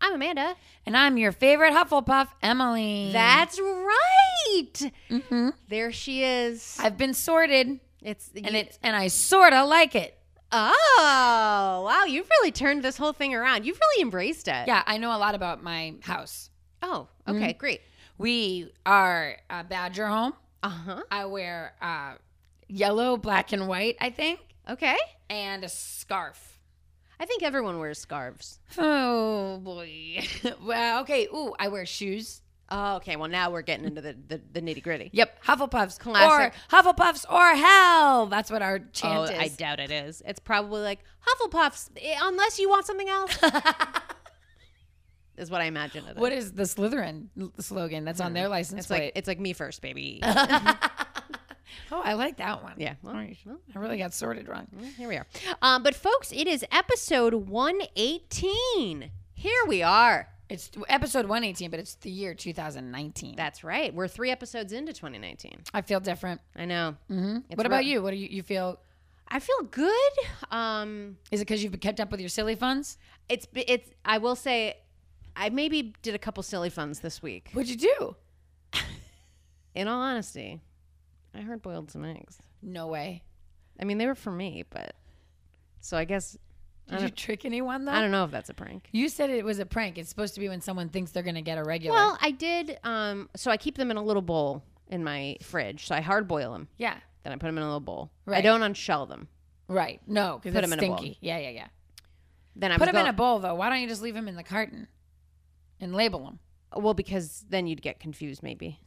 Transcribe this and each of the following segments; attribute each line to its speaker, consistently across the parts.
Speaker 1: I'm Amanda.
Speaker 2: And I'm your favorite Hufflepuff, Emily.
Speaker 1: That's right.
Speaker 2: Mhm.
Speaker 1: There she is.
Speaker 2: I've been sorted,
Speaker 1: It's
Speaker 2: and it's and I sorta like it.
Speaker 1: oh wow! You've really turned this whole thing around. You've really embraced it.
Speaker 2: Yeah, Mm-hmm. I know a lot about my house.
Speaker 1: Oh, okay, great.
Speaker 2: We are a Badger home.
Speaker 1: Uh huh.
Speaker 2: I wear uh, yellow, black, and white. I think,
Speaker 1: Okay.
Speaker 2: and a scarf.
Speaker 1: I think everyone wears scarves.
Speaker 2: Oh boy. well, okay. Ooh, I wear shoes.
Speaker 1: Oh, okay. Well, now we're getting into the the, the nitty gritty.
Speaker 2: Yep, Hufflepuffs.
Speaker 1: Classic.
Speaker 2: Or Hufflepuffs or hell. That's what our chant
Speaker 1: Oh,
Speaker 2: is.
Speaker 1: I doubt it is. It's probably like Hufflepuffs, eh, unless you want something else. is what I imagine it is.
Speaker 2: what is the Slytherin l- slogan that's on their license
Speaker 1: It's like
Speaker 2: plate?
Speaker 1: it's like me first, baby.
Speaker 2: oh, I like that one.
Speaker 1: yeah. Well, well,
Speaker 2: I really got sorted wrong.
Speaker 1: here we are. Um, but folks, it is episode 118. Here we are.
Speaker 2: It's episode 118, but it's the year 2019.
Speaker 1: That's right. We're three episodes into 2019.
Speaker 2: I feel different.
Speaker 1: I know.
Speaker 2: hmm
Speaker 1: It's
Speaker 2: What about
Speaker 1: rough.
Speaker 2: you? What do you, you feel?
Speaker 1: I feel good. Um,
Speaker 2: Is it because you've kept up with your silly funds?
Speaker 1: it's it's. I will say, I maybe did a couple silly funds this week.
Speaker 2: What'd you do?
Speaker 1: In all honesty, I heard boiled some eggs.
Speaker 2: No way.
Speaker 1: I mean, they were for me, but so I guess I
Speaker 2: Did you
Speaker 1: don't-
Speaker 2: trick anyone though?
Speaker 1: I don't know if that's a prank.
Speaker 2: You said it was a prank. It's supposed to be when someone thinks they're gonna get a regular.
Speaker 1: Well, I did. Um, so I keep them in a little bowl in my fridge. So I hard boil them,
Speaker 2: yeah.
Speaker 1: then I put them in a little bowl. I
Speaker 2: Right.
Speaker 1: don't unshell them.
Speaker 2: Right. No, because
Speaker 1: Put
Speaker 2: it's
Speaker 1: 'em in a bowl.
Speaker 2: stinky. Yeah, yeah, yeah.
Speaker 1: Then I
Speaker 2: Put
Speaker 1: was
Speaker 2: them in a
Speaker 1: go-
Speaker 2: bowl though. Why don't you just leave them in the carton and label them?
Speaker 1: well because then you'd get confused. Maybe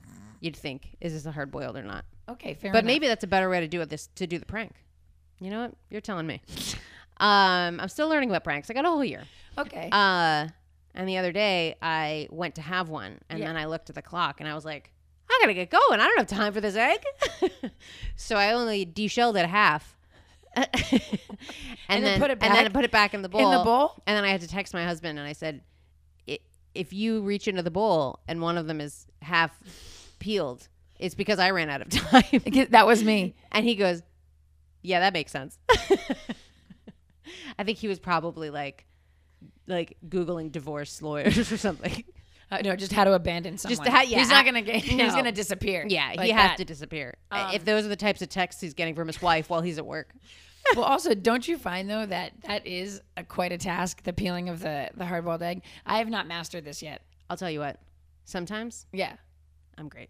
Speaker 1: you'd think is this a hard boiled or not?
Speaker 2: Okay, fair
Speaker 1: but
Speaker 2: enough.
Speaker 1: maybe that's a better way to do it. This to do the prank. You know what? You're telling me. um, I'm still learning about pranks. I got a whole year.
Speaker 2: okay.
Speaker 1: Uh, and the other day I went to have one, and
Speaker 2: Yeah.
Speaker 1: then I looked at the clock, and I was like, I gotta get going. I don't have time for this egg. so I only deshelled it half. and,
Speaker 2: And then put it
Speaker 1: And then I
Speaker 2: back
Speaker 1: put it back in the bowl.
Speaker 2: in the bowl.
Speaker 1: And then I had to text my husband, and I said, "I- if you reach into the bowl and one of them is half peeled, it's because I ran out of time.
Speaker 2: That was me.
Speaker 1: And he goes, "Yeah, that makes sense." I think he was probably like like googling divorce lawyers or something.
Speaker 2: Uh, no, just how to abandon someone.
Speaker 1: Just how- yeah,
Speaker 2: he's not gonna get.
Speaker 1: no.
Speaker 2: He's gonna disappear.
Speaker 1: Yeah,
Speaker 2: like
Speaker 1: he has
Speaker 2: that. Um,
Speaker 1: to disappear. Uh, if those are the types of texts he's getting from his wife while he's at work.
Speaker 2: well, also, don't you find though that that is a, quite a task? The peeling of the the hard boiled egg. I have not mastered this yet.
Speaker 1: I'll tell you what. Sometimes
Speaker 2: Yeah,
Speaker 1: I'm great.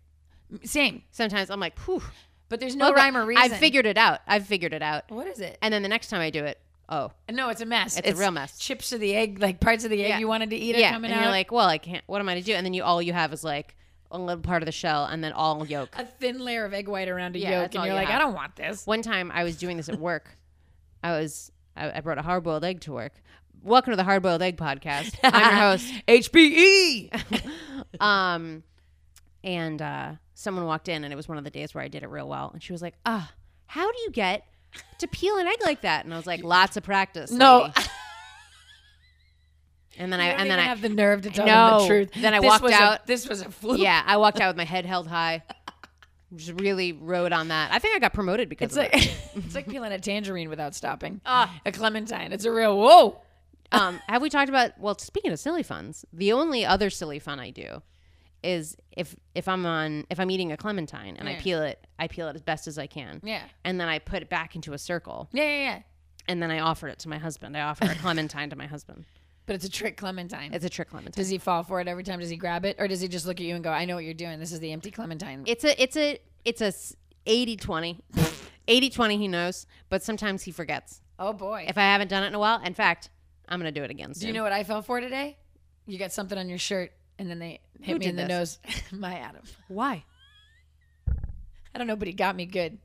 Speaker 2: same.
Speaker 1: Sometimes I'm like, "Whew,
Speaker 2: But there's no
Speaker 1: okay,
Speaker 2: rhyme or reason.
Speaker 1: I've figured it out. I've figured it out."
Speaker 2: What is it?
Speaker 1: And then the next time I do it, oh,
Speaker 2: No, it's a mess.
Speaker 1: It's a real mess.
Speaker 2: Chips of the egg, like parts of the egg
Speaker 1: Yeah.
Speaker 2: you wanted to eat, are
Speaker 1: yeah. And
Speaker 2: coming
Speaker 1: you're
Speaker 2: out.
Speaker 1: like, "Well, I can't. What am I to do?" And then you all you have is like a little part of the shell and then all yolk.
Speaker 2: a thin layer of egg white around a
Speaker 1: Yeah, that's
Speaker 2: yolk,
Speaker 1: all
Speaker 2: and you're
Speaker 1: you
Speaker 2: like,
Speaker 1: have.
Speaker 2: I don't want this.
Speaker 1: One time I was doing this at work. I was I, I brought a hard boiled egg to work. Welcome to the Hard Boiled Egg Podcast. I'm your host.
Speaker 2: HPE.
Speaker 1: Um, and uh, someone walked in, and it was one of the days where I did it real well. And she was like, "Ah, how do you get to peel an egg like that?" And I was like, "Lots of practice."
Speaker 2: No.
Speaker 1: lady." And then I
Speaker 2: I don't
Speaker 1: and then
Speaker 2: even
Speaker 1: I
Speaker 2: have the nerve to tell them
Speaker 1: know.
Speaker 2: the truth.
Speaker 1: Then I
Speaker 2: This
Speaker 1: walked
Speaker 2: was a-
Speaker 1: out.
Speaker 2: this was a fluke.
Speaker 1: yeah I walked out with my head held high. Just really rode on that. I think I got promoted because
Speaker 2: It's
Speaker 1: of
Speaker 2: like
Speaker 1: that.
Speaker 2: it's like peeling a tangerine without stopping.
Speaker 1: Ah.
Speaker 2: a clementine. It's a real whoa.
Speaker 1: um, have we talked about well speaking of silly funs the only other silly fun i do is if if i'm on if i'm eating a clementine and i
Speaker 2: Yeah.
Speaker 1: peel it i peel it as best as i can
Speaker 2: Yeah.
Speaker 1: and then i put it back into a circle
Speaker 2: Yeah, yeah, yeah.
Speaker 1: and then i offer it to my husband i offer a clementine to my husband
Speaker 2: But it's a trick clementine.
Speaker 1: it's a trick clementine
Speaker 2: does he fall for it every time? Does he grab it? Or does he just look at you and go, I know what you're doing. This is the empty clementine.
Speaker 1: it's a it's a it's a s- 80 20 80 20 he knows but sometimes he forgets
Speaker 2: oh, boy.
Speaker 1: if i haven't done it in a while in fact i'm gonna do it again
Speaker 2: Do
Speaker 1: soon
Speaker 2: you know what I fell for today? You got something on your shirt and then they hit
Speaker 1: Who
Speaker 2: me in
Speaker 1: did
Speaker 2: the nose. My Adam.
Speaker 1: why
Speaker 2: I don't know, but he got me good.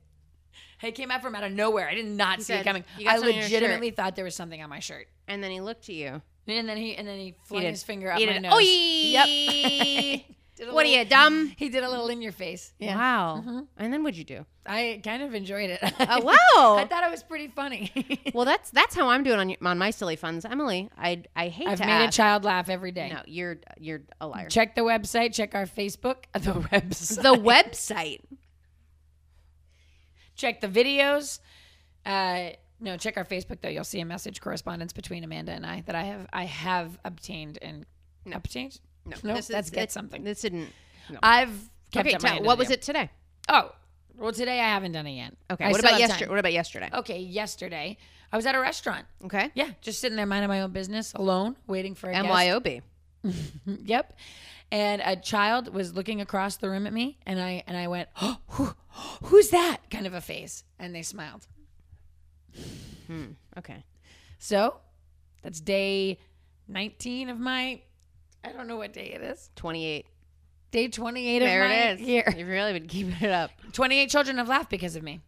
Speaker 2: He came out from out of nowhere. I did not see
Speaker 1: said,
Speaker 2: it coming.
Speaker 1: "You got
Speaker 2: I
Speaker 1: something on your shirt."
Speaker 2: legitimately thought there was something on my shirt.
Speaker 1: and then he looked to you
Speaker 2: And then he and then he flung
Speaker 1: did.
Speaker 2: his finger up
Speaker 1: He
Speaker 2: my
Speaker 1: did.
Speaker 2: nose.
Speaker 1: Oy!
Speaker 2: Yep. Did a
Speaker 1: What are
Speaker 2: little-
Speaker 1: you dumb?
Speaker 2: He did a little in your face. Yeah. Mm-hmm.
Speaker 1: Wow. And then what'd you do?
Speaker 2: I kind of enjoyed it.
Speaker 1: Oh wow.
Speaker 2: I thought it was pretty funny.
Speaker 1: well, that's that's how I'm doing on y- on my silly funds, Emily. I I hate
Speaker 2: I've
Speaker 1: to
Speaker 2: made
Speaker 1: ask.
Speaker 2: a child laugh every day.
Speaker 1: no, you're you're a liar.
Speaker 2: Check the website. Check our Facebook. The website.
Speaker 1: The website.
Speaker 2: check the videos. Uh, no, check our Facebook though. You'll see a message correspondence between Amanda and I that I have I have obtained and obtained.
Speaker 1: No,
Speaker 2: Nope,
Speaker 1: this is-
Speaker 2: that's get
Speaker 1: it-
Speaker 2: something.
Speaker 1: This didn't. No.
Speaker 2: I've kept
Speaker 1: Okay,
Speaker 2: up my
Speaker 1: tell,
Speaker 2: end of
Speaker 1: what
Speaker 2: the
Speaker 1: was
Speaker 2: deal.
Speaker 1: it today?
Speaker 2: Oh, well, today I haven't done it yet.
Speaker 1: Okay,
Speaker 2: I
Speaker 1: what
Speaker 2: still have
Speaker 1: about
Speaker 2: time. Oh.
Speaker 1: yesterday? What about yesterday?
Speaker 2: Okay, yesterday I was at a restaurant.
Speaker 1: Okay,
Speaker 2: Yeah, just sitting there minding my own business alone, waiting for a guest. Mm,
Speaker 1: MYOB.
Speaker 2: Yep. And a child was looking across the room at me, and I and I went, oh, who, "Who's that?" Kind of a face, and they smiled.
Speaker 1: Okay,
Speaker 2: So that's day 19 of my. I don't know what day it is.
Speaker 1: twenty-eight.
Speaker 2: Day 28
Speaker 1: There
Speaker 2: of my
Speaker 1: it is.
Speaker 2: year.
Speaker 1: You've really been keeping it up.
Speaker 2: 28 children have laughed because of me.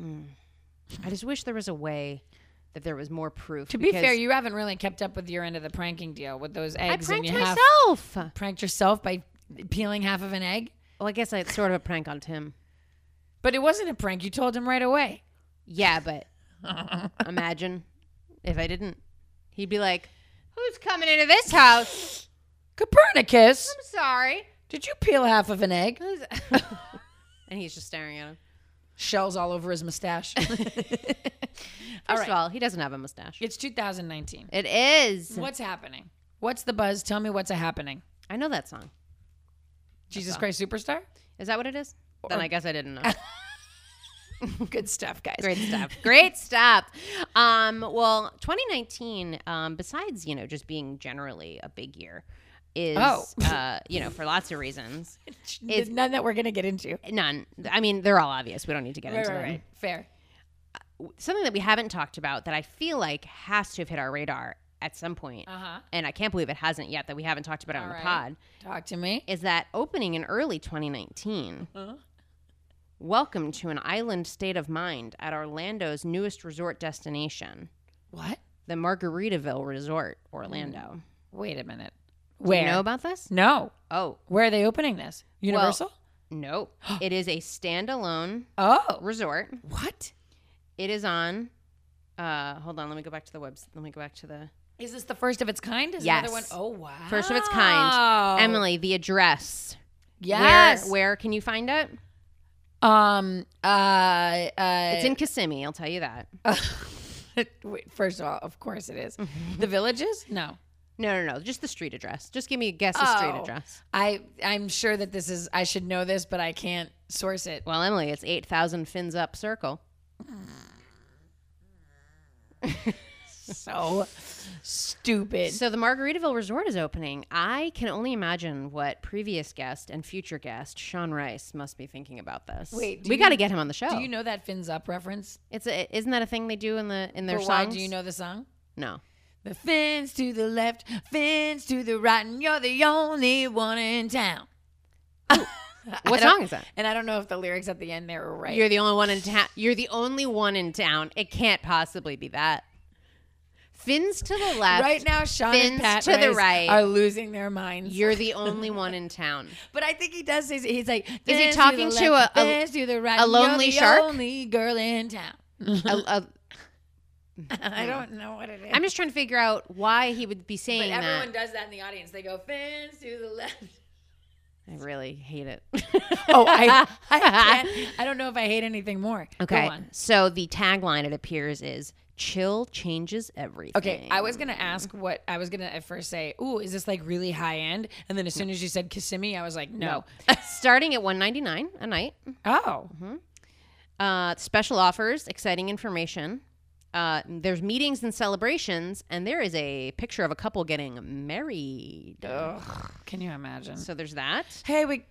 Speaker 1: I just wish there was a way that there was more proof.
Speaker 2: To be fair, you haven't really kept up with your end of the pranking deal with those
Speaker 1: I
Speaker 2: eggs,
Speaker 1: pranked
Speaker 2: and you half
Speaker 1: myself.
Speaker 2: pranked yourself by peeling half of an egg.
Speaker 1: Well, I guess it's sort of a prank on Tim.
Speaker 2: But it wasn't a prank. You told him right away.
Speaker 1: Yeah, but imagine if I didn't. He'd be like, "Who's coming into this house?"
Speaker 2: Copernicus,
Speaker 1: I'm sorry.
Speaker 2: did you peel half of an egg?
Speaker 1: Who's- and he's just staring at him.
Speaker 2: Shells all over his mustache.
Speaker 1: First of all, he doesn't have a mustache.
Speaker 2: it's 2019.
Speaker 1: It is.
Speaker 2: What's happening? What's the buzz? Tell me what's a happening.
Speaker 1: I know that song.
Speaker 2: Jesus Christ Superstar?
Speaker 1: Is that what it is? Then I guess I didn't know.
Speaker 2: Good stuff, guys.
Speaker 1: Great stuff. Great stuff. Um, well, 2019, um, besides you know just being generally a big year, is
Speaker 2: Oh.
Speaker 1: uh, you know for lots of reasons.
Speaker 2: There's none that we're going to get into.
Speaker 1: None. I mean, they're all obvious. We don't need to get
Speaker 2: Right,
Speaker 1: into
Speaker 2: right,
Speaker 1: them.
Speaker 2: right. Fair.
Speaker 1: Something that we haven't talked about that I feel like has to have hit our radar at some point,
Speaker 2: Uh huh.
Speaker 1: and I can't believe it hasn't yet that we haven't talked about it on
Speaker 2: All
Speaker 1: the
Speaker 2: right.
Speaker 1: pod.
Speaker 2: Talk to me.
Speaker 1: Is that opening in early 2019?
Speaker 2: Huh?
Speaker 1: Welcome to an island state of mind at Orlando's newest resort destination,
Speaker 2: What?
Speaker 1: the Margaritaville Resort, Orlando.
Speaker 2: Wait a minute.
Speaker 1: Do
Speaker 2: Mm. Where?
Speaker 1: you know about this?
Speaker 2: no.
Speaker 1: Oh,
Speaker 2: Where are they opening this? Universal?
Speaker 1: no. it is a standalone
Speaker 2: oh.
Speaker 1: resort.
Speaker 2: What?
Speaker 1: It is on. Uh, hold on, let me go back to the website. Let me go back to the
Speaker 2: Is this the first of its kind? Is another one?
Speaker 1: Yes.
Speaker 2: Oh, wow.
Speaker 1: first of its kind. Emily, the address. Where-
Speaker 2: Yes.
Speaker 1: Where, can you find it?
Speaker 2: Um. Uh. uh
Speaker 1: It's in Kissimmee. I'll tell you that.
Speaker 2: Wait, first of all, of course it is. the villages? No.
Speaker 1: No, no, no. Just the street address. Just give me a guess. The street
Speaker 2: Oh.
Speaker 1: address.
Speaker 2: I I'm sure that this is. I should know this, but I can't source it.
Speaker 1: Well, Emily, it's eight thousand fins up circle.
Speaker 2: So stupid.
Speaker 1: So the Margaritaville Resort is opening. I can only imagine what previous guest and future guest Sean Rice must be thinking about this.
Speaker 2: Wait, do
Speaker 1: we
Speaker 2: you-
Speaker 1: got to get him on the show.
Speaker 2: do you know that fins up reference?
Speaker 1: It's a, isn't that a thing they do in the in their
Speaker 2: But
Speaker 1: songs?
Speaker 2: why do you know the song?
Speaker 1: No.
Speaker 2: The fins to the left, fins to the right, and you're the only one in town.
Speaker 1: What
Speaker 2: don't-
Speaker 1: song is that?
Speaker 2: And I don't know if the lyrics at the end there were right.
Speaker 1: You're the only one in town. You're the only one in town. It can't possibly be that. Fins to the left.
Speaker 2: right now, Sean
Speaker 1: Fins
Speaker 2: and Pat
Speaker 1: to the
Speaker 2: Rice
Speaker 1: right.
Speaker 2: are losing their minds.
Speaker 1: You're the only one in town.
Speaker 2: but I think he does. Say, he's like,
Speaker 1: he
Speaker 2: "Fins the
Speaker 1: talking to
Speaker 2: left,
Speaker 1: a- a-
Speaker 2: fins to the right,
Speaker 1: a
Speaker 2: and you're
Speaker 1: lonely
Speaker 2: the
Speaker 1: shark?
Speaker 2: Only girl in town.
Speaker 1: I- I-
Speaker 2: I don't know what it is.
Speaker 1: Oh. I'm just trying to figure out why he would be saying
Speaker 2: but everyone
Speaker 1: that.
Speaker 2: does that in the audience. They go fins to the left.
Speaker 1: I really hate it.
Speaker 2: Oh, I, I, can't- I don't know if I hate anything more. Go
Speaker 1: Okay.
Speaker 2: on.
Speaker 1: So the tagline it appears is chill changes everything.
Speaker 2: Okay, I was gonna ask what I was gonna at first say. Ooh, is this like really high end? And then as soon as you said Kissimmee, I was like, no.
Speaker 1: starting at 199 a night.
Speaker 2: Oh,
Speaker 1: Uh, special offers, exciting information. Uh, there's meetings and celebrations, and there is a picture of a couple getting married.
Speaker 2: Ugh, can you imagine?
Speaker 1: So there's that.
Speaker 2: hey, we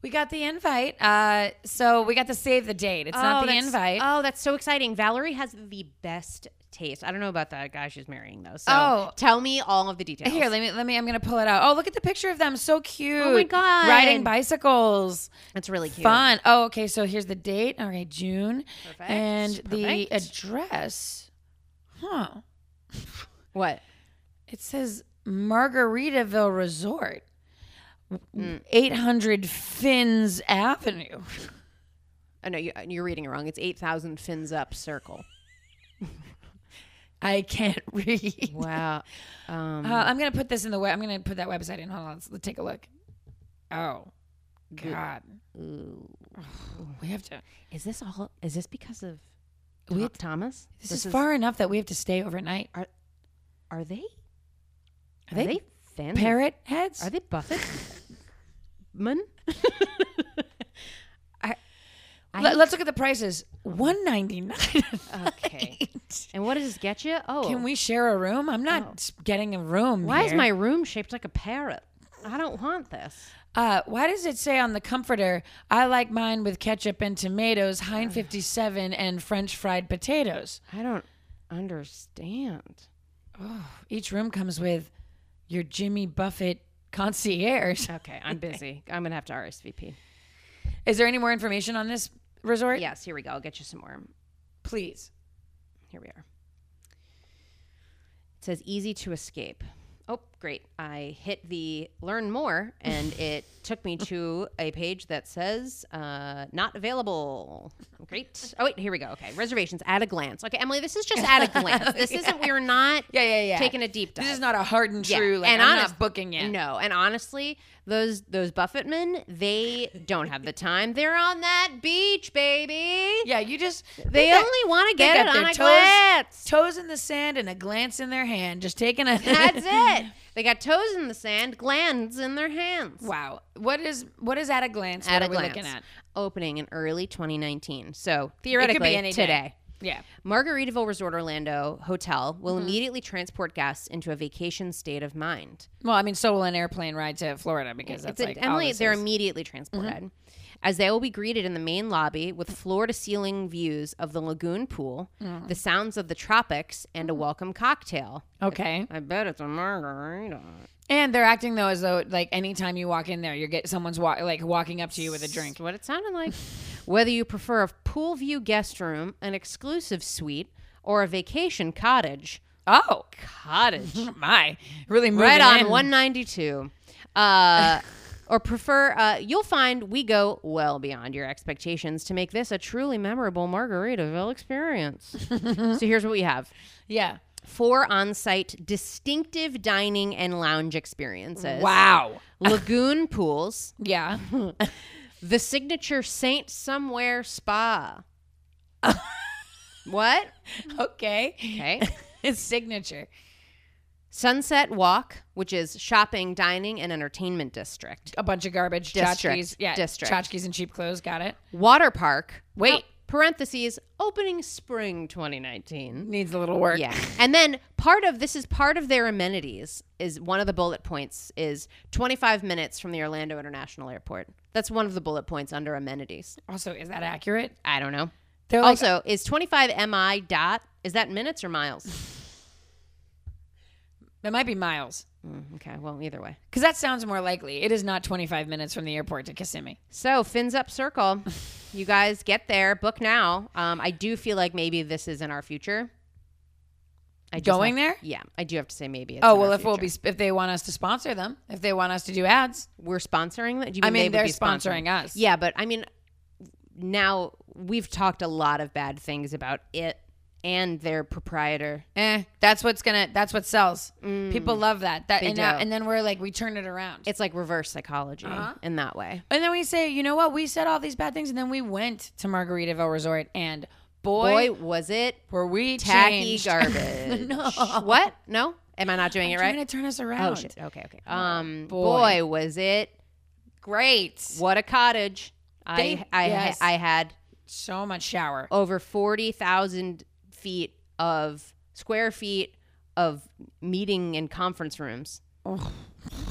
Speaker 2: we got the invite. Uh, so we got to save the date. It's not the
Speaker 1: that's-
Speaker 2: invite.
Speaker 1: Oh, that's so exciting. Valerie has the best taste. I don't know about that guy she's marrying though. So
Speaker 2: Oh.
Speaker 1: tell me all of the details.
Speaker 2: Here, let me let me. I'm gonna pull it out. Oh, look at the picture of them. So cute.
Speaker 1: Oh my God.
Speaker 2: riding bicycles.
Speaker 1: that's really cute.
Speaker 2: Fun. Oh, okay. So here's the date. Okay, June.
Speaker 1: Perfect.
Speaker 2: And the
Speaker 1: Perfect.
Speaker 2: address. Huh.
Speaker 1: What?
Speaker 2: It says Margaritaville Resort. eight hundred Finns Avenue.
Speaker 1: Oh, no, you, you're reading it wrong. It's 8,000 fins up circle.
Speaker 2: I can't read.
Speaker 1: Wow. Um,
Speaker 2: Uh, I'm gonna put this in the web. I'm gonna put that website in. Hold on, let's, let's take a look. Oh, God, we have to.
Speaker 1: is this all? Is this because of
Speaker 2: We
Speaker 1: Tom-
Speaker 2: have
Speaker 1: Thomas?
Speaker 2: This, is, far enough that we have to stay overnight.
Speaker 1: Are they? Are,
Speaker 2: they
Speaker 1: they, fans? of
Speaker 2: Parrot heads.
Speaker 1: mm. Are they Buffett? Man?
Speaker 2: Let- let's look at the prices. One ninety nine.
Speaker 1: Okay. and what does this get you? Oh,
Speaker 2: Can we share a room? I'm not s- getting a room.
Speaker 1: why is
Speaker 2: here.
Speaker 1: my room shaped like a parrot? I don't want this.
Speaker 2: Uh, why does it say on the comforter? I like mine with ketchup and tomatoes, Hein fifty seven, and French fried potatoes.
Speaker 1: I don't understand.
Speaker 2: Each room comes with your Jimmy Buffett concierge.
Speaker 1: Okay, I'm busy. I'm gonna have to RSVP.
Speaker 2: Is there any more information on this resort?
Speaker 1: Yes, here we go. I'll get you some more.
Speaker 2: please.
Speaker 1: Here we are. It says easy to escape. Oh, great. I hit the learn more and it took me to a page that says uh, not available. Great. Oh, wait, here we go. Okay. Reservations at a glance. Okay, Emily, this is just at a glance. This isn't, we're not
Speaker 2: Yeah, yeah, yeah.
Speaker 1: taking a deep dive.
Speaker 2: This is not a hard and
Speaker 1: Yeah,
Speaker 2: true. Like,
Speaker 1: and
Speaker 2: I'm
Speaker 1: honest-
Speaker 2: not booking yet.
Speaker 1: No, and honestly, those those Buffett men, they don't have the time. They're on that beach, baby.
Speaker 2: Yeah, you just
Speaker 1: They
Speaker 2: got-
Speaker 1: only want to
Speaker 2: they
Speaker 1: get it
Speaker 2: got
Speaker 1: on
Speaker 2: their
Speaker 1: a
Speaker 2: toes-
Speaker 1: glance.
Speaker 2: toes in the sand and a glance in their hand, just taking a.
Speaker 1: That's it. They got toes in the sand, glands in their hands.
Speaker 2: Wow. What is what is at a glance? what
Speaker 1: At a
Speaker 2: are we
Speaker 1: glance.
Speaker 2: looking at?
Speaker 1: Opening in early 2019. So theoretically,
Speaker 2: any day.
Speaker 1: today.
Speaker 2: Yeah.
Speaker 1: Margaritaville Resort Orlando Hotel will
Speaker 2: Mm-hmm.
Speaker 1: immediately transport guests into a vacation state of mind.
Speaker 2: Well, I mean, so will an airplane ride to Florida because that's
Speaker 1: It's oh,
Speaker 2: like
Speaker 1: an, Emily,
Speaker 2: All this
Speaker 1: they're
Speaker 2: is.
Speaker 1: immediately transported, Mm-hmm. as they will be greeted in the main lobby with floor to ceiling views of the lagoon pool, the sounds of the tropics, and a welcome cocktail.
Speaker 2: okay.
Speaker 1: Mm. I bet it's a margarita.
Speaker 2: And they're acting though as though like anytime you walk in there, you get someone's wa- like walking up to you with a drink.
Speaker 1: That's what it sounded like. Whether you prefer a pool view guest room, an exclusive suite, or a vacation cottage,
Speaker 2: Oh
Speaker 1: cottage.
Speaker 2: my! Really moving
Speaker 1: right on
Speaker 2: in.
Speaker 1: 192 uh, or prefer uh, you'll find we go well beyond your expectations to make this a truly memorable margaritaville experience so here's what we have
Speaker 2: Yeah.
Speaker 1: four on-site distinctive dining and lounge experiences
Speaker 2: Wow.
Speaker 1: lagoon pools
Speaker 2: Yeah.
Speaker 1: the signature saint somewhere spa what
Speaker 2: okay.
Speaker 1: okay
Speaker 2: His signature.
Speaker 1: sunset walk which is shopping dining and entertainment district
Speaker 2: A bunch of garbage.
Speaker 1: District.
Speaker 2: Tchotchkes. Yeah.
Speaker 1: District.
Speaker 2: Tchotchkes and cheap clothes. Got it.
Speaker 1: water park.
Speaker 2: Wait.
Speaker 1: Oh, parentheses opening spring 2019.
Speaker 2: Needs a little work.
Speaker 1: Yeah. And then part of this is part of their amenities is one of the bullet points is 25 minutes from the Orlando International Airport. That's one of the bullet points under amenities.
Speaker 2: Also, is that accurate?
Speaker 1: I don't know.
Speaker 2: They're Oh, like,
Speaker 1: also, is 25 mi dot is that minutes or miles?
Speaker 2: it might be miles
Speaker 1: Mm, okay, well either way.
Speaker 2: because that sounds more likely. It is not 25 minutes from the airport to Kissimmee.
Speaker 1: So fins up circle. You guys get there. Book now. Um, I do feel like maybe this is in our future. I just
Speaker 2: Going there?
Speaker 1: have- Yeah, I do have to say maybe. It's
Speaker 2: Oh
Speaker 1: in our
Speaker 2: well, if we'll
Speaker 1: future.
Speaker 2: be if they want us to sponsor them, if they want us to do ads,
Speaker 1: we're sponsoring that. Do you
Speaker 2: I
Speaker 1: mean,
Speaker 2: mean
Speaker 1: they
Speaker 2: they're
Speaker 1: would be sponsoring?
Speaker 2: sponsoring us.
Speaker 1: Yeah, but I mean, now we've talked a lot of bad things about it and their proprietor.
Speaker 2: Eh, that's what's gonna that's what sells. People love that. That
Speaker 1: Mm. They
Speaker 2: and, now,
Speaker 1: do.
Speaker 2: and then we're like we turn it around.
Speaker 1: It's like reverse psychology
Speaker 2: Uh-huh.
Speaker 1: in that way.
Speaker 2: and then we say, you know what? We said all these bad things, and then we went to Margaritaville Resort, and boy,
Speaker 1: Boy, was it
Speaker 2: were we
Speaker 1: tacky
Speaker 2: changed.
Speaker 1: garbage.
Speaker 2: No.
Speaker 1: What? No? Am I not doing it
Speaker 2: Trying
Speaker 1: right?
Speaker 2: to turn us around.
Speaker 1: Oh shit. Okay, okay. Um
Speaker 2: boy.
Speaker 1: boy, was it
Speaker 2: Great.
Speaker 1: what a cottage. I
Speaker 2: They-
Speaker 1: I
Speaker 2: yes.
Speaker 1: I had
Speaker 2: So much shower.
Speaker 1: over 40,000 feet of square feet of meeting and conference rooms.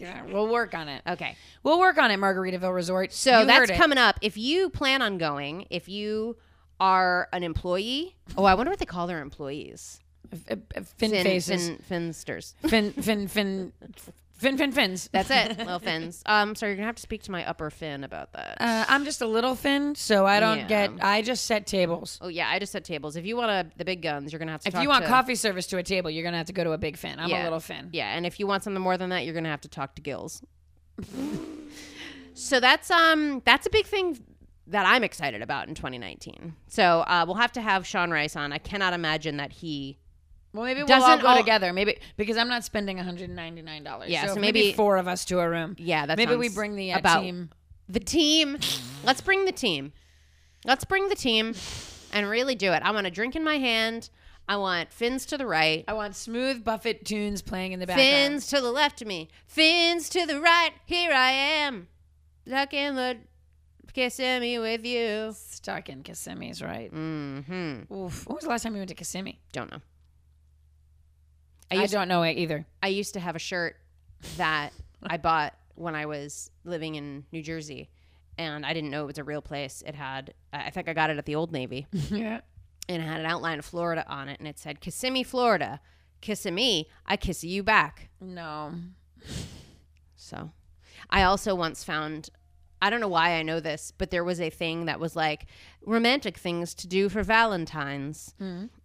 Speaker 2: Yeah, we'll work on it.
Speaker 1: Okay.
Speaker 2: We'll work on it, Margaritaville Resort.
Speaker 1: So
Speaker 2: You heard
Speaker 1: that's
Speaker 2: it.
Speaker 1: coming up. If you plan on going, if you are an employee, oh, I wonder what they call their employees.
Speaker 2: F- f- f- Uh, Fin,
Speaker 1: Fin,
Speaker 2: faces.
Speaker 1: fin, finsters.
Speaker 2: Fin fin fin fin fin fins.
Speaker 1: That's it, little fins. Um, so you're gonna have to speak to my upper fin about that.
Speaker 2: Uh, I'm just a little fin, so I don't
Speaker 1: Yeah.
Speaker 2: get. I just set tables.
Speaker 1: oh yeah, I just set tables. If you want a, the big guns, you're gonna have to.
Speaker 2: If
Speaker 1: talk
Speaker 2: you want
Speaker 1: to-
Speaker 2: coffee service to a table, you're gonna have to go to a big fin. I'm a
Speaker 1: Yeah.
Speaker 2: little fin.
Speaker 1: yeah, and if you want something more than that, you're gonna have to talk to Gills. so that's um that's a big thing that I'm excited about in 2019. So uh, we'll have to have Sean Rice on. I cannot imagine that he.
Speaker 2: Well, maybe we'll all
Speaker 1: Doesn't
Speaker 2: go
Speaker 1: all-
Speaker 2: together. Maybe because I'm not spending 199. dollars
Speaker 1: Yeah,
Speaker 2: so,
Speaker 1: so
Speaker 2: maybe,
Speaker 1: maybe-
Speaker 2: four of us to a room.
Speaker 1: Yeah, that
Speaker 2: maybe we
Speaker 1: sounds
Speaker 2: bring the uh,
Speaker 1: about
Speaker 2: team.
Speaker 1: the team. Let's bring the team. Let's bring the team, and really do it. I want a drink in my hand. I want fins to the right.
Speaker 2: I want smooth Buffett tunes playing in the background.
Speaker 1: Fins to the left of me. Fins to the right. Here I am. Duck in the Kissimmee with you.
Speaker 2: Stuck in Kissimmee's right.
Speaker 1: Mm-hmm.
Speaker 2: Oof. When was the last time you went to Kissimmee?
Speaker 1: Don't know. I
Speaker 2: I,
Speaker 1: used,
Speaker 2: don't know it either.
Speaker 1: I used to have a shirt that I bought when I was living in New Jersey. And I didn't know it was a real place. It had, I I think I got it at the Old Navy.
Speaker 2: yeah.
Speaker 1: And it had an outline of Florida on it. And it said, Kissimmee, Florida. Kissimmee, I kiss you back.
Speaker 2: No.
Speaker 1: So I also once found I don't know why I know this, but there was a thing that was like romantic things to do for Valentine's.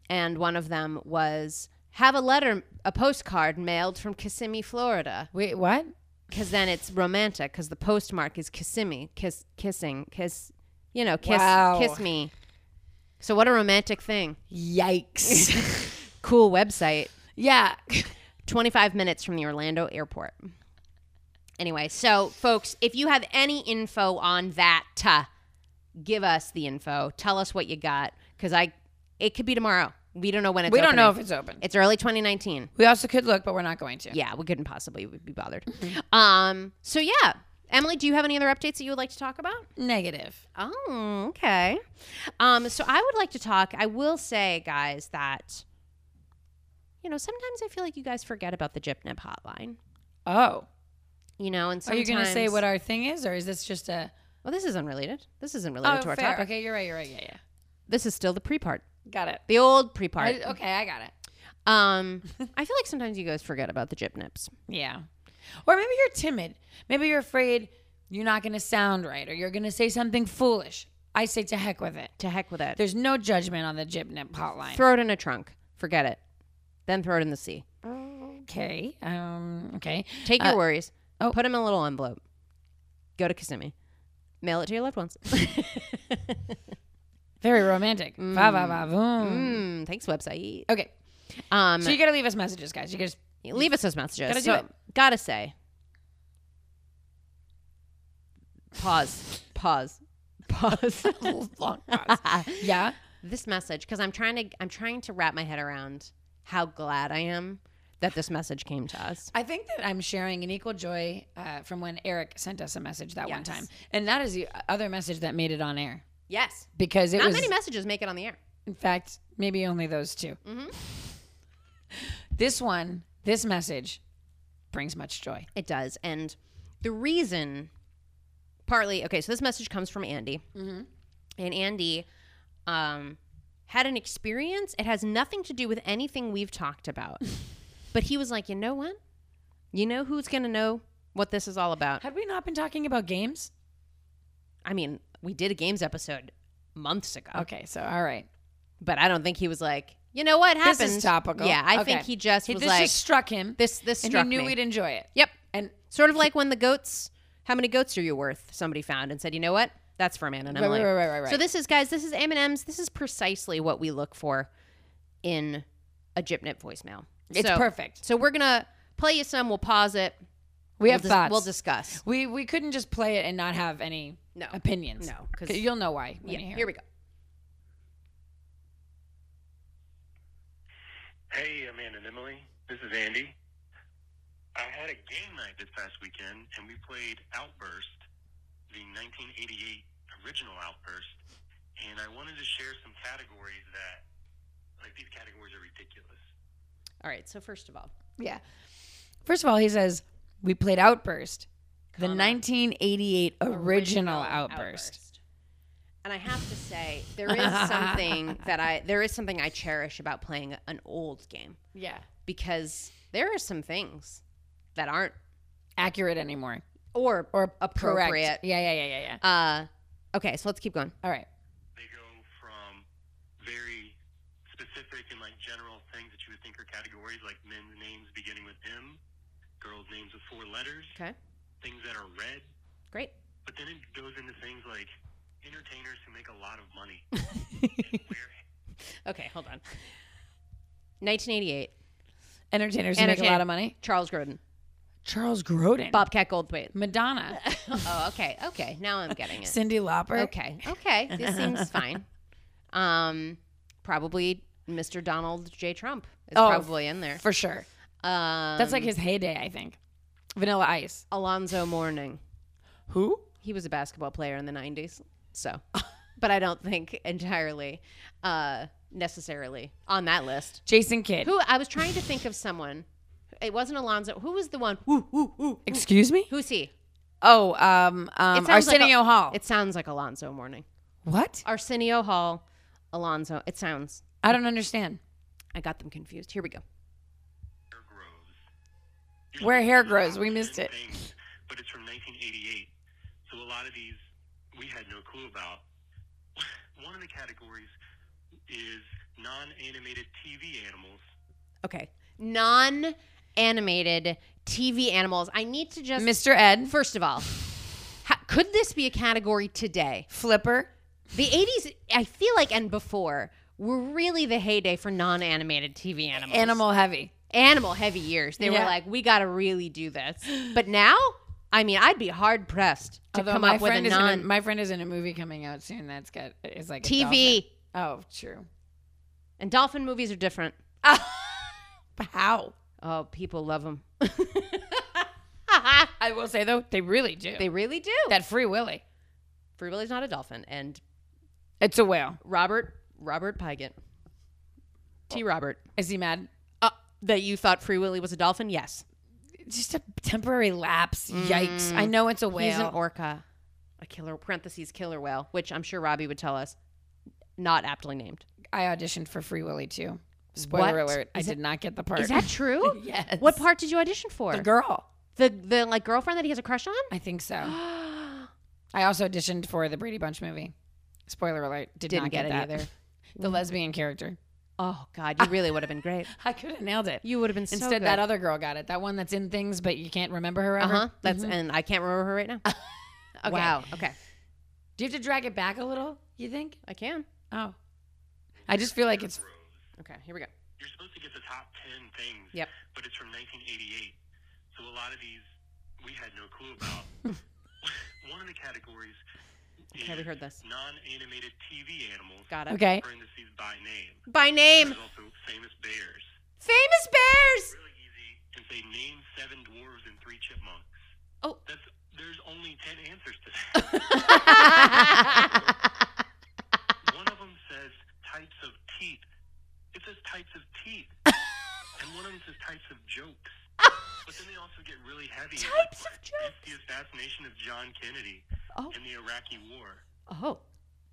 Speaker 1: And one of them was have a letter, a postcard mailed from Kissimmee, Florida.
Speaker 2: Wait, what?
Speaker 1: Because then it's romantic because the postmark is Kissimmee, kiss, kissing, kiss, you know, kiss,
Speaker 2: Wow.
Speaker 1: kiss me. So what a romantic thing.
Speaker 2: Yikes.
Speaker 1: Cool website.
Speaker 2: yeah.
Speaker 1: 25 minutes from the Orlando airport. Anyway, so folks, if you have any info on that, uh, give us the info. Tell us what you got because I it could be tomorrow. We don't know when it's.
Speaker 2: We don't know if
Speaker 1: opening.
Speaker 2: it's open.
Speaker 1: it's early 2019.
Speaker 2: We also could look, but we're not going to.
Speaker 1: Yeah, we couldn't possibly be bothered.
Speaker 2: Mm-hmm.
Speaker 1: Um, so yeah, Emily, do you have any other updates that you would like to talk about?
Speaker 2: Negative.
Speaker 1: Oh, okay. Um, so I would like to talk. I will say, guys, that you know sometimes I feel like you guys forget about the Gypnip hotline.
Speaker 2: Oh.
Speaker 1: You know, and
Speaker 2: Are you
Speaker 1: sometimes
Speaker 2: going to say what our thing is, or is this just a.
Speaker 1: Well, this is unrelated. This isn't related to our
Speaker 2: Oh, fair.
Speaker 1: topic.
Speaker 2: Okay, you're right. You're right. Yeah, yeah.
Speaker 1: This is still the pre part,
Speaker 2: Got it.
Speaker 1: the old pre part.
Speaker 2: I- okay, I got it.
Speaker 1: Um, I feel like sometimes you guys forget about the Gypnips.
Speaker 2: Yeah. Or maybe you're timid. Maybe you're afraid you're not going to sound right or you're going to say something foolish. I say to heck with it.
Speaker 1: To heck with it.
Speaker 2: There's no judgment on the Jibnip hotline.
Speaker 1: throw it in a trunk. Forget it. Then throw it in the sea.
Speaker 2: Okay. Um, okay.
Speaker 1: Take your
Speaker 2: Uh,
Speaker 1: worries.
Speaker 2: oh.
Speaker 1: Put them in a little envelope. Go to Kissimmee. Mail it to your loved ones.
Speaker 2: Very romantic. Va, va, va, voom.
Speaker 1: mm, thanks, website.
Speaker 2: Okay.
Speaker 1: Um,
Speaker 2: So you got to leave us messages, guys. You guys.
Speaker 1: leave us those messages.
Speaker 2: Gotta do
Speaker 1: So,
Speaker 2: it.
Speaker 1: Gotta say. Pause. Pause. Pause.
Speaker 2: long pause. yeah.
Speaker 1: this message because I'm trying to I'm trying to wrap my head around how glad I am that this message came to us.
Speaker 2: I think that I'm sharing an equal joy uh, from when Eric sent us a message that one
Speaker 1: Yes.
Speaker 2: time. And that is the other message that made it on air
Speaker 1: Yes.
Speaker 2: because it
Speaker 1: Not
Speaker 2: was.
Speaker 1: many messages make it on the air.
Speaker 2: In fact, maybe only those 2
Speaker 1: Mm-hmm.
Speaker 2: This one, this message, brings much joy.
Speaker 1: It does. And the reason partly okay, so this message comes from Andy.
Speaker 2: Mm-hmm.
Speaker 1: And Andy um had an experience. It has nothing to do with anything we've talked about. but he was like, "You know what? You know who's going to know what this is all about?"
Speaker 2: Had we not been talking about games?
Speaker 1: I mean, we did a games episode months ago.
Speaker 2: Okay, so all right,
Speaker 1: but I don't think he was like, you know what happened?
Speaker 2: this is topical.
Speaker 1: Yeah, I
Speaker 2: Okay.
Speaker 1: think he just
Speaker 2: He-
Speaker 1: was
Speaker 2: this
Speaker 1: like,
Speaker 2: just struck him,
Speaker 1: this this
Speaker 2: and
Speaker 1: struck
Speaker 2: he knew
Speaker 1: me.
Speaker 2: we'd enjoy it.
Speaker 1: Yep,
Speaker 2: And
Speaker 1: sort of like when the goats. How many goats are you worth? Somebody found and said, you know what? That's for Amanda and
Speaker 2: right,
Speaker 1: Emily.
Speaker 2: right, right, right, right.
Speaker 1: So this is guys, this is M and M's. This is precisely what we look for in a Gypnip voicemail.
Speaker 2: it's
Speaker 1: so,
Speaker 2: perfect.
Speaker 1: So we're gonna play you some. We'll pause it.
Speaker 2: We have
Speaker 1: we'll dis-
Speaker 2: thoughts.
Speaker 1: We'll discuss.
Speaker 2: we we couldn't just play it and not have any
Speaker 1: No.
Speaker 2: opinions.
Speaker 1: Oh, No, 'cause-
Speaker 2: 'Kay, you'll know why when
Speaker 1: Yeah,
Speaker 2: you hear.
Speaker 1: here
Speaker 2: it.
Speaker 1: we go.
Speaker 3: Hey, Amanda and Emily. This is Andy. I had a game night this past weekend, and we played Outburst, the 1988 original Outburst. And I wanted to share some categories that, like, these categories are ridiculous.
Speaker 1: All right. So first of all,
Speaker 2: Yeah. First of all, he says we played Outburst, the
Speaker 1: Comma.
Speaker 2: 1988 original, outburst.
Speaker 1: And I have to say, there is something that I there is something I cherish about playing an old game
Speaker 2: Yeah.
Speaker 1: because there are some things that aren't
Speaker 2: Accurate anymore.
Speaker 1: or
Speaker 2: or
Speaker 1: appropriate.
Speaker 2: correct. Yeah, yeah, yeah, yeah, yeah.
Speaker 1: uh okay, so let's keep going.
Speaker 2: All right.
Speaker 3: They go from very specific and, like, general things that you would think are categories, like men's names beginning with M, girls' names with four letters,
Speaker 1: Okay.
Speaker 3: things that are read,
Speaker 1: Great.
Speaker 3: but then it goes into things like entertainers who make a lot of money. And where
Speaker 1: Okay, hold on. 1988.
Speaker 2: Entertainers who make a lot
Speaker 1: Entertainer.
Speaker 2: of money.
Speaker 1: Charles Grodin.
Speaker 2: Charles Grodin.
Speaker 1: Bobcat Goldthwait.
Speaker 2: Madonna.
Speaker 1: oh, okay. Okay. Now I'm getting it.
Speaker 2: Cindy Lauper.
Speaker 1: Okay. Okay. This seems fine. Um, probably Mr. Donald J. Trump is
Speaker 2: Oh,
Speaker 1: probably in there.
Speaker 2: For sure.
Speaker 1: Um,
Speaker 2: That's like his heyday, I think. Vanilla Ice.
Speaker 1: Alonzo Mourning.
Speaker 2: Who?
Speaker 1: He was a basketball player in the 90s. So, but I don't think entirely uh, necessarily on that list.
Speaker 2: Jason Kidd.
Speaker 1: Who I was trying to think of someone. It wasn't Alonzo. Who was the one? Woo, woo, woo.
Speaker 2: Excuse me?
Speaker 1: Who's he?
Speaker 2: Oh, um, um
Speaker 1: sounds like
Speaker 2: Arsenio
Speaker 1: a-
Speaker 2: Hall.
Speaker 1: It sounds like Alonzo Mourning.
Speaker 2: what?
Speaker 1: Arsenio Hall, Alonzo. It sounds.
Speaker 2: I don't understand.
Speaker 1: I got them confused. Here we go.
Speaker 3: hair grows.
Speaker 2: Where hair
Speaker 3: There's a lot
Speaker 2: grows.
Speaker 3: of
Speaker 2: We missed it.
Speaker 3: different things, but it's from 1988. So a lot of these we had no clue about. One of the categories is non-animated TV animals.
Speaker 1: Okay. Non animated TV animals. I need to just.
Speaker 2: Mr. Ed.
Speaker 1: First of all, ha- could this be a category today?
Speaker 2: Flipper.
Speaker 1: The 80s, I feel like, and before were really the heyday for non animated TV animals.
Speaker 2: Animal heavy.
Speaker 1: Animal heavy years. They
Speaker 2: Yeah.
Speaker 1: were like, we got to really do this. But now, I mean, I'd be hard pressed to
Speaker 2: Although
Speaker 1: come
Speaker 2: my
Speaker 1: up with a
Speaker 2: friend is in a-
Speaker 1: non
Speaker 2: my friend is in a movie coming out soon that's got is like a
Speaker 1: TV.
Speaker 2: dolphin. Oh, true.
Speaker 1: And dolphin movies are different.
Speaker 2: How?
Speaker 1: Oh, people love them.
Speaker 2: I will say though, they really do.
Speaker 1: they really do.
Speaker 2: that Free Willy.
Speaker 1: Free Willy's not a dolphin, and
Speaker 2: It's a whale.
Speaker 1: Robert Robert Pygott, T. Robert,
Speaker 2: Is he mad?
Speaker 1: uh, that you thought Free Willy was a dolphin? Yes,
Speaker 2: Just a temporary lapse. Yikes. I know it's a whale.
Speaker 1: Mm. he's an orca, a killer parentheses killer whale, which I'm sure Robbie would tell us, not aptly named.
Speaker 2: I auditioned for Free Willy too. Spoiler
Speaker 1: What?
Speaker 2: alert. I
Speaker 1: Is
Speaker 2: did not get the part.
Speaker 1: Is that true?
Speaker 2: yes.
Speaker 1: What part did you audition for?
Speaker 2: The girl.
Speaker 1: the the like girlfriend that he has a crush on?
Speaker 2: I think so.
Speaker 1: Oh,
Speaker 2: I also auditioned for the Brady Bunch movie. Spoiler alert. Did
Speaker 1: Didn't
Speaker 2: not get,
Speaker 1: get it
Speaker 2: that.
Speaker 1: either.
Speaker 2: the lesbian character.
Speaker 1: Oh God, you really would have been great.
Speaker 2: I could have nailed it.
Speaker 1: You would have been so
Speaker 2: Instead, that
Speaker 1: good.
Speaker 2: other girl got it. That one that's in things, but you can't remember her
Speaker 1: Uh
Speaker 2: ever. Mm-hmm.
Speaker 1: huh. That's and I can't remember her right now. Okay. Wow. Okay.
Speaker 2: Do you have to drag it back a little? You think?
Speaker 1: I can.
Speaker 2: Oh, I just feel like it's.
Speaker 3: Grows.
Speaker 1: Okay. Here we go.
Speaker 3: You're supposed to get the top 10 things.
Speaker 1: Yep.
Speaker 3: But it's from 1988. So a lot of these we had no clue about. One of the categories is
Speaker 1: Okay, we heard this.
Speaker 3: non-animated TV animals.
Speaker 1: Got it.
Speaker 2: Okay.
Speaker 3: Parentheses by name.
Speaker 1: By name,
Speaker 3: There's also famous bears.
Speaker 1: famous bears.
Speaker 3: Really easy. And say name seven dwarves and three chipmunks.
Speaker 1: Oh.
Speaker 3: That's there's only 10 answers to that. one of them says types of teeth. It says types of teeth. and one of them says types of jokes. but then they also get really heavy. like,
Speaker 1: Types of jokes.
Speaker 3: It's the assassination of John Kennedy
Speaker 1: Oh.
Speaker 3: in the Iraqi War.
Speaker 1: Oh.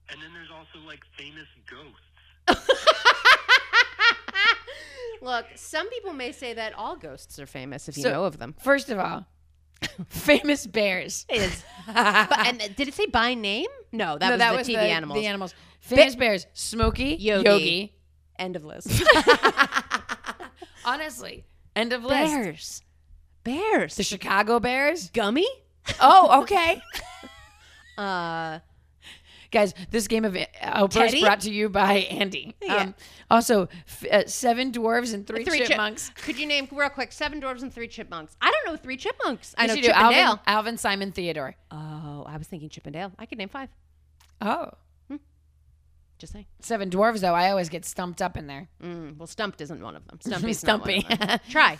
Speaker 3: And then there's also like famous ghosts.
Speaker 1: Look, some people may say that all ghosts are famous if you
Speaker 2: So-
Speaker 1: know of them.
Speaker 2: First of all, famous bears.
Speaker 1: Is and did it say by name? No, that
Speaker 2: No,
Speaker 1: was the TV animals.
Speaker 2: The animals. Famous bears. Smokey.
Speaker 1: Yogi.
Speaker 2: Yogi.
Speaker 1: End of list.
Speaker 2: Honestly, end of list.
Speaker 1: bears, bears.
Speaker 2: The Chicago Bears.
Speaker 1: gummy.
Speaker 2: Oh, okay.
Speaker 1: Uh,
Speaker 2: Guys, this game of outburst
Speaker 1: Teddy?
Speaker 2: brought to you by Andy. Um,
Speaker 1: Yeah.
Speaker 2: also, f- uh, seven dwarves and three,
Speaker 1: three
Speaker 2: chipmunks.
Speaker 1: Chip- Could you name real quick? Seven dwarves and three chipmunks. I don't know three chipmunks. I
Speaker 2: Yes,
Speaker 1: know
Speaker 2: you
Speaker 1: Chip and
Speaker 2: Alvin,
Speaker 1: Dale.
Speaker 2: Alvin, Simon, Theodore.
Speaker 1: Oh, I was thinking Chip and Dale. I could name five.
Speaker 2: Oh,
Speaker 1: Just saying.
Speaker 2: seven dwarves though. I always get stumped up in there.
Speaker 1: Mm, well, Stumped isn't one of them. Stumpy's
Speaker 2: Stumpy.
Speaker 1: Not one of them. Try.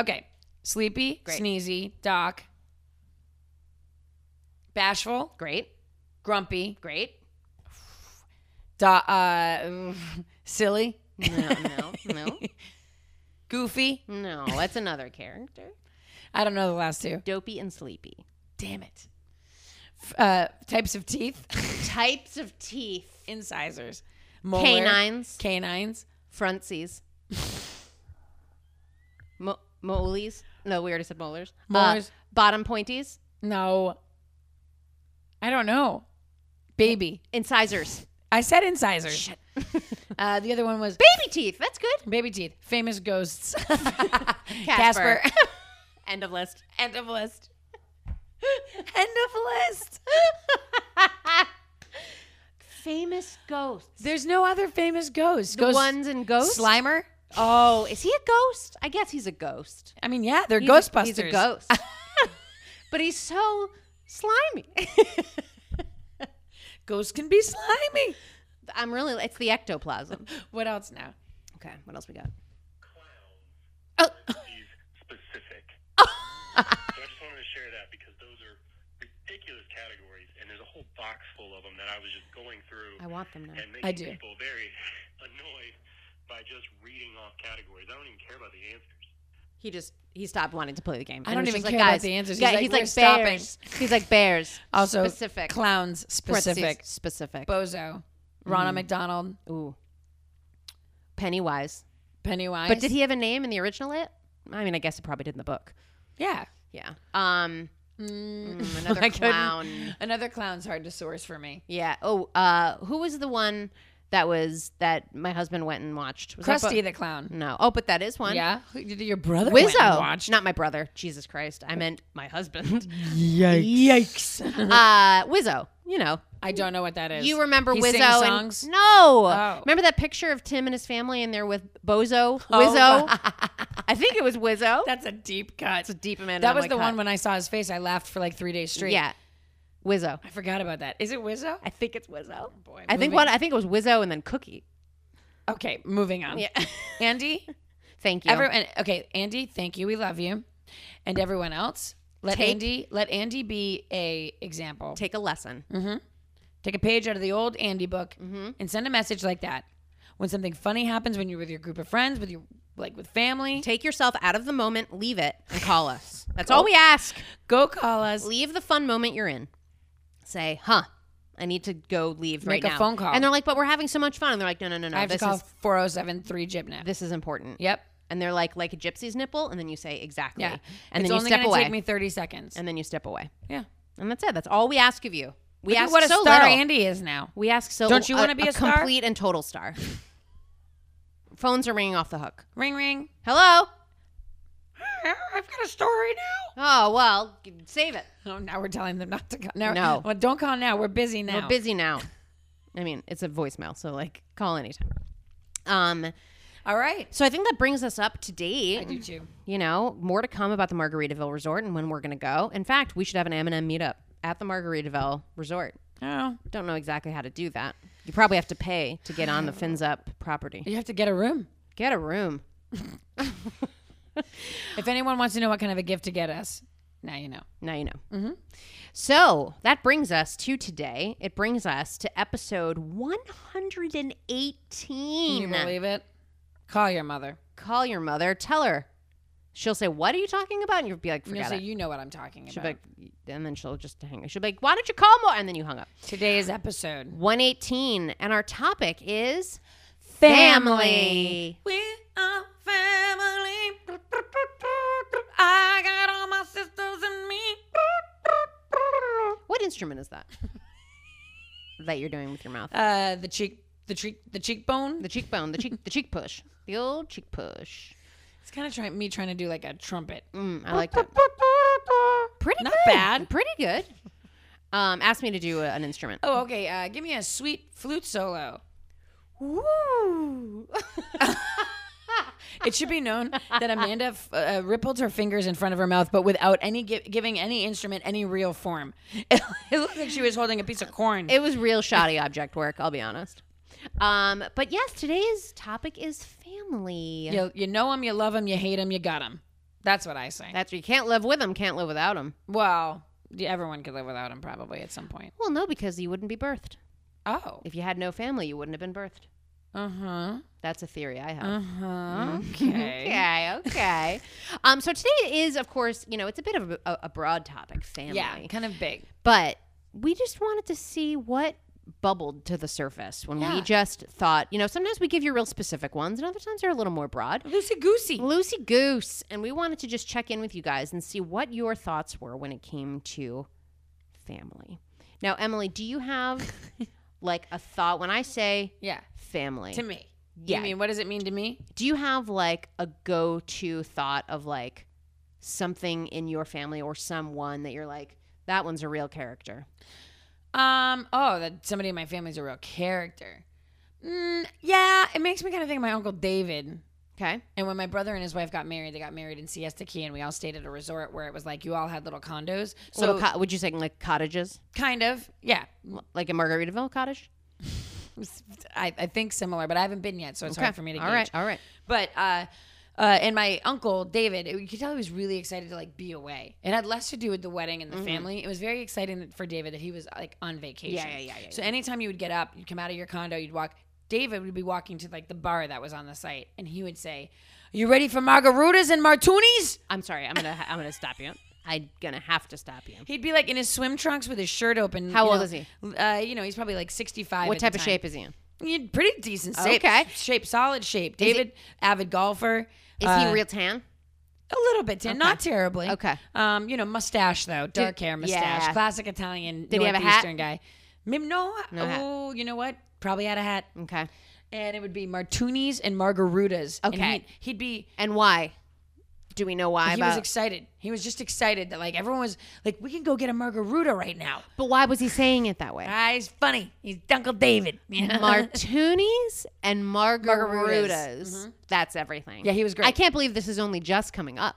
Speaker 2: Okay, sleepy,
Speaker 1: Great.
Speaker 2: sneezy, doc, bashful,
Speaker 1: Great.
Speaker 2: grumpy,
Speaker 1: Great.
Speaker 2: do- uh, silly,
Speaker 1: No, no, no,
Speaker 2: goofy.
Speaker 1: no. That's another character.
Speaker 2: I don't know the last two.
Speaker 1: Dopey and sleepy.
Speaker 2: Damn it. F- uh, types of teeth,
Speaker 1: Types of teeth.
Speaker 2: incisors, molar,
Speaker 1: Canines.
Speaker 2: canines.
Speaker 1: Frontsies. Mo- molies. No, we already said molars. Uh,
Speaker 2: Molars.
Speaker 1: bottom pointies.
Speaker 2: No. I don't know. Baby.
Speaker 1: Incisors.
Speaker 2: I said incisors. uh, the other one was
Speaker 1: Baby teeth. That's good.
Speaker 2: baby teeth. Famous ghosts.
Speaker 1: End of list.
Speaker 2: End of list. End of list.
Speaker 1: Famous ghosts.
Speaker 2: There's no other famous ghosts.
Speaker 1: The ones and ghosts.
Speaker 2: Slimer.
Speaker 1: Oh, is he a ghost? I guess he's a ghost.
Speaker 2: I mean, yeah, they're
Speaker 1: He's a-
Speaker 2: Ghostbusters.
Speaker 1: he's a ghost. but he's so slimy.
Speaker 2: Ghosts can be slimy.
Speaker 1: I'm really, it's the ectoplasm.
Speaker 2: What else now?
Speaker 1: Okay, what else we got? Oh.
Speaker 3: He's specific. so I just wanted to share that because those are ridiculous categories, and there's a whole box full of them that I was just going through
Speaker 1: I want them now.
Speaker 3: and making
Speaker 2: I do.
Speaker 3: people very annoyed by just reading off categories. I don't even care about the answers.
Speaker 1: He just, he stopped wanting to play the game.
Speaker 2: I don't
Speaker 1: And he's
Speaker 2: even
Speaker 1: just like,
Speaker 2: care about
Speaker 1: "Guys,
Speaker 2: the answers."
Speaker 1: guy-
Speaker 2: He's like,
Speaker 1: he's
Speaker 2: "We're stopping."
Speaker 1: like bears. He's like bears.
Speaker 2: Also,
Speaker 1: specific.
Speaker 2: clowns.
Speaker 1: Parentheses,
Speaker 2: Specific.
Speaker 1: Specific.
Speaker 2: Bozo. Ronna
Speaker 1: Mm.
Speaker 2: McDonald.
Speaker 1: Ooh. Pennywise.
Speaker 2: Pennywise.
Speaker 1: But did he have a name in the original it? I mean, I guess it probably did in the book.
Speaker 2: Yeah.
Speaker 1: Yeah. Um
Speaker 2: Mm.
Speaker 1: mm, another
Speaker 2: I couldn't-
Speaker 1: clown.
Speaker 2: Another clown's hard to source for me.
Speaker 1: Yeah. Oh, uh who was the one that was that my husband went and watched? Was that
Speaker 2: Krusty
Speaker 1: bu-
Speaker 2: the Clown.
Speaker 1: No. Oh, but that is one.
Speaker 2: Yeah. Who- did Your brother went and
Speaker 1: Wizzo.
Speaker 2: watched.
Speaker 1: Not my brother. Jesus Christ. I meant my husband.
Speaker 2: Yikes.
Speaker 1: uh Wizzo, you know.
Speaker 2: I don't know what that is.
Speaker 1: You remember
Speaker 2: He
Speaker 1: Wizzo
Speaker 2: sings
Speaker 1: and-
Speaker 2: songs?
Speaker 1: no. Remember that picture of Tim and his family and they're with Bozo?
Speaker 2: Oh.
Speaker 1: Wizzo. I think it was Wizzo.
Speaker 2: That's a deep cut.
Speaker 1: That's a deep Amanda.
Speaker 2: That was the
Speaker 1: Lemoy
Speaker 2: one
Speaker 1: cut.
Speaker 2: when I saw his face. I laughed for like three days straight.
Speaker 1: Yeah. Wizzo.
Speaker 2: I forgot about that. Is it Wizzo?
Speaker 1: I think it's Wizzo.
Speaker 2: Boy,
Speaker 1: I think
Speaker 2: moving-
Speaker 1: one. I think it was Wizzo and then Cookie.
Speaker 2: Okay, moving on. Andy,
Speaker 1: Thank you.
Speaker 2: everyone. Okay, Andy, thank you. We love you, and everyone else. Let
Speaker 1: Take-
Speaker 2: Andy. Let Andy be a example.
Speaker 1: Take a lesson.
Speaker 2: Mm. Take a page out of the old Andy book
Speaker 1: Mhm.
Speaker 2: and send a message like that. When something funny happens, when you're with your group of friends, with your like with family,
Speaker 1: Take yourself out of the moment, leave it, and call us. That's all we ask.
Speaker 2: go call us.
Speaker 1: Leave the fun moment you're in. Say, huh, I need to go leave
Speaker 2: Make
Speaker 1: right
Speaker 2: a
Speaker 1: now.
Speaker 2: phone call.
Speaker 1: And they're like, but we're having so much fun. And they're like, no, no, no, no.
Speaker 2: I have to
Speaker 1: this
Speaker 2: call
Speaker 1: is
Speaker 2: four zero seven three Jibnap.
Speaker 1: this is important.
Speaker 2: Yep.
Speaker 1: And they're like, like a gypsy's nipple, and then you say exactly.
Speaker 2: Yeah. it's
Speaker 1: And then you
Speaker 2: only
Speaker 1: step
Speaker 2: gonna
Speaker 1: away.
Speaker 2: take me thirty seconds.
Speaker 1: and then you step away.
Speaker 2: yeah.
Speaker 1: And that's it. That's all we ask of you. We
Speaker 2: Look at
Speaker 1: ask
Speaker 2: what a
Speaker 1: so
Speaker 2: star
Speaker 1: little.
Speaker 2: Andy is now.
Speaker 1: We ask so.
Speaker 2: Don't you wanna be a star?
Speaker 1: complete and total star? Phones are ringing off the hook.
Speaker 2: Ring ring.
Speaker 1: Hello.
Speaker 2: I've got a story now.
Speaker 1: Oh well, save it.
Speaker 2: Oh, now we're telling them not to call. Now,
Speaker 1: No.
Speaker 2: Well, don't call now. We're busy now.
Speaker 1: We're busy now. I mean, it's a voicemail, so like call anytime. Um,
Speaker 2: All right.
Speaker 1: so I think that brings us up to date.
Speaker 2: I do too.
Speaker 1: You know, more to come about the Margaritaville Resort and when we're gonna go. In fact, we should have an M&M meetup at the Margaritaville Resort.
Speaker 2: Oh,
Speaker 1: Don't know exactly how to do that. You probably have to pay to get on the Fins Up property.
Speaker 2: you have to get a room.
Speaker 1: Get a room.
Speaker 2: If anyone wants to know what kind of a gift to get us, now you know.
Speaker 1: Now you know.
Speaker 2: Mm-hmm.
Speaker 1: So that brings us to today. It brings us to episode 118.
Speaker 2: Can you believe it? Call your mother.
Speaker 1: call your mother, tell her. She'll say, "What are you talking about?" And you'll be like,
Speaker 2: And you'll
Speaker 1: "Forget
Speaker 2: say,
Speaker 1: it."
Speaker 2: you know what I'm talking
Speaker 1: She'll
Speaker 2: about.
Speaker 1: be like, and then she'll just hang. She'll be like, "Why don't you call more?" And then you hung up.
Speaker 2: Today's episode.
Speaker 1: One eighteen, and our topic is
Speaker 2: We are family. I got all my sisters and me.
Speaker 1: What instrument is that? that you're doing with your mouth?
Speaker 2: Uh, the cheek, the cheek, the cheekbone.
Speaker 1: The cheekbone, the cheek, the cheek push, the old cheek push.
Speaker 2: It's kind of try- me trying to do like a trumpet.
Speaker 1: Mm, I like it. Pretty
Speaker 2: Not
Speaker 1: good.
Speaker 2: bad.
Speaker 1: Pretty good. Um, asked me to do a- an instrument.
Speaker 2: Oh, okay. Uh, give me a sweet flute solo.
Speaker 1: Woo!
Speaker 2: It should be known that Amanda f- uh, rippled her fingers in front of her mouth, but without any gi- giving any instrument any real form. It, looked like she was holding a piece of corn.
Speaker 1: It was real shoddy object work, I'll be honest. Um, but yes, today's topic is family.
Speaker 2: you, you know them, you love them, you hate them, you got them. That's what I say.
Speaker 1: That's you can't live with them, can't live without them.
Speaker 2: well, yeah, everyone could live without them probably at some point.
Speaker 1: Well, no, because you wouldn't be birthed.
Speaker 2: Oh.
Speaker 1: If you had no family, you wouldn't have been birthed.
Speaker 2: Uh huh.
Speaker 1: That's a theory I have.
Speaker 2: Uh huh. Okay.
Speaker 1: Okay, okay. um, so today is, of course, you know, it's a bit of a, a broad topic, family.
Speaker 2: Yeah, kind of big.
Speaker 1: But we just wanted to see what bubbled to the surface when
Speaker 2: Yeah.
Speaker 1: we just thought, you know, sometimes we give you real specific ones, and other times they're a little more broad.
Speaker 2: Loosey goosey.
Speaker 1: Lucy Goose, and we wanted to just check in with you guys and see what your thoughts were when it came to family. Now, Emily, do you have like a thought when I say
Speaker 2: Yeah.
Speaker 1: family?
Speaker 2: To me.
Speaker 1: Yeah.
Speaker 2: You mean, what does it mean to me?
Speaker 1: do you have like a go-to thought of like something in your family or someone that you're like That one's a real character.
Speaker 2: Um. Oh, that somebody in my family's a real character. Mm, yeah, it makes me kind of think of my uncle David.
Speaker 1: Okay.
Speaker 2: And when my brother and his wife got married, they got married in Siesta Key, and we all stayed at a resort where it was like you all had little condos. So
Speaker 1: So, co- would you say like cottages,
Speaker 2: kind of, yeah.
Speaker 1: like in Margaritaville cottage?
Speaker 2: I, I think similar, but I haven't been yet, so it's hard for me to
Speaker 1: All
Speaker 2: gauge.
Speaker 1: right, all right.
Speaker 2: But uh, uh, and my uncle David, you could tell he was really excited to like be away. It had less to do with the wedding
Speaker 1: Mm-hmm.
Speaker 2: and the family. It was very exciting for David that he was like on vacation.
Speaker 1: Yeah, yeah, yeah, yeah,
Speaker 2: So anytime you would get up, you'd come out of your condo, you'd walk. David would be walking to like the bar that was on the site, and he would say, "You ready for margaritas and martinis?"
Speaker 1: I'm sorry. I'm gonna I'm gonna stop you. I'm gonna have to stop you.
Speaker 2: He'd be like in his swim trunks with his shirt open.
Speaker 1: How
Speaker 2: you
Speaker 1: old
Speaker 2: know.
Speaker 1: is he?
Speaker 2: Uh, you know, he's probably like sixty-five.
Speaker 1: What
Speaker 2: at
Speaker 1: type
Speaker 2: the
Speaker 1: of
Speaker 2: time.
Speaker 1: shape is he in?
Speaker 2: He'd pretty decent shape.
Speaker 1: Okay.
Speaker 2: shape, solid shape. David, avid golfer.
Speaker 1: Is
Speaker 2: Uh,
Speaker 1: he real tan?
Speaker 2: A little bit, tan, not terribly.
Speaker 1: Okay.
Speaker 2: Um, you know, mustache though, dark hair, mustache,
Speaker 1: yeah.
Speaker 2: classic Italian.
Speaker 1: Did he have a hat?
Speaker 2: Northeastern guy? Mim, no.
Speaker 1: No hat.
Speaker 2: oh, you know what? Probably had a hat,
Speaker 1: Okay.
Speaker 2: and it would be martinis and margaritas. And
Speaker 1: Okay.
Speaker 2: he'd, he'd be.
Speaker 1: And why? Do we know why?
Speaker 2: He
Speaker 1: about,
Speaker 2: was excited. He was just excited that like everyone was like, we can go get a margarita right now.
Speaker 1: but why was he saying it that way?
Speaker 2: Ah, he's funny. He's Uncle David. Yeah.
Speaker 1: Martinis and margaritas. Mm-hmm.
Speaker 2: Margaritas.
Speaker 1: That's everything.
Speaker 2: Yeah, he was great.
Speaker 1: I can't believe this is only just coming up.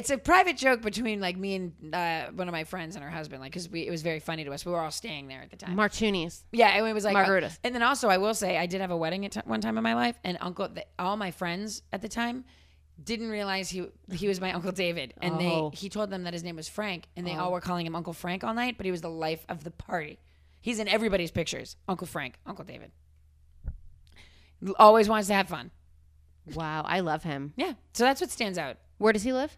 Speaker 2: it's a private joke between like me and uh, one of my friends and her husband, like because we it was very funny to us. We were all staying there at the time.
Speaker 1: Martinis.
Speaker 2: Yeah, and it was like uh,
Speaker 1: Margaritas.
Speaker 2: and then also, I will say, I did have a wedding at t- one time in my life, and uncle, the, all my friends at the time didn't realize he he was my uncle David, and
Speaker 1: Oh.
Speaker 2: they he told them that his name was Frank, and they all were calling him Uncle Frank all night, but he was the life of the party. He's in everybody's pictures, Uncle Frank, Uncle David. Always wants to have fun.
Speaker 1: Wow, I love him.
Speaker 2: Yeah, so that's what stands out
Speaker 1: Where does he live?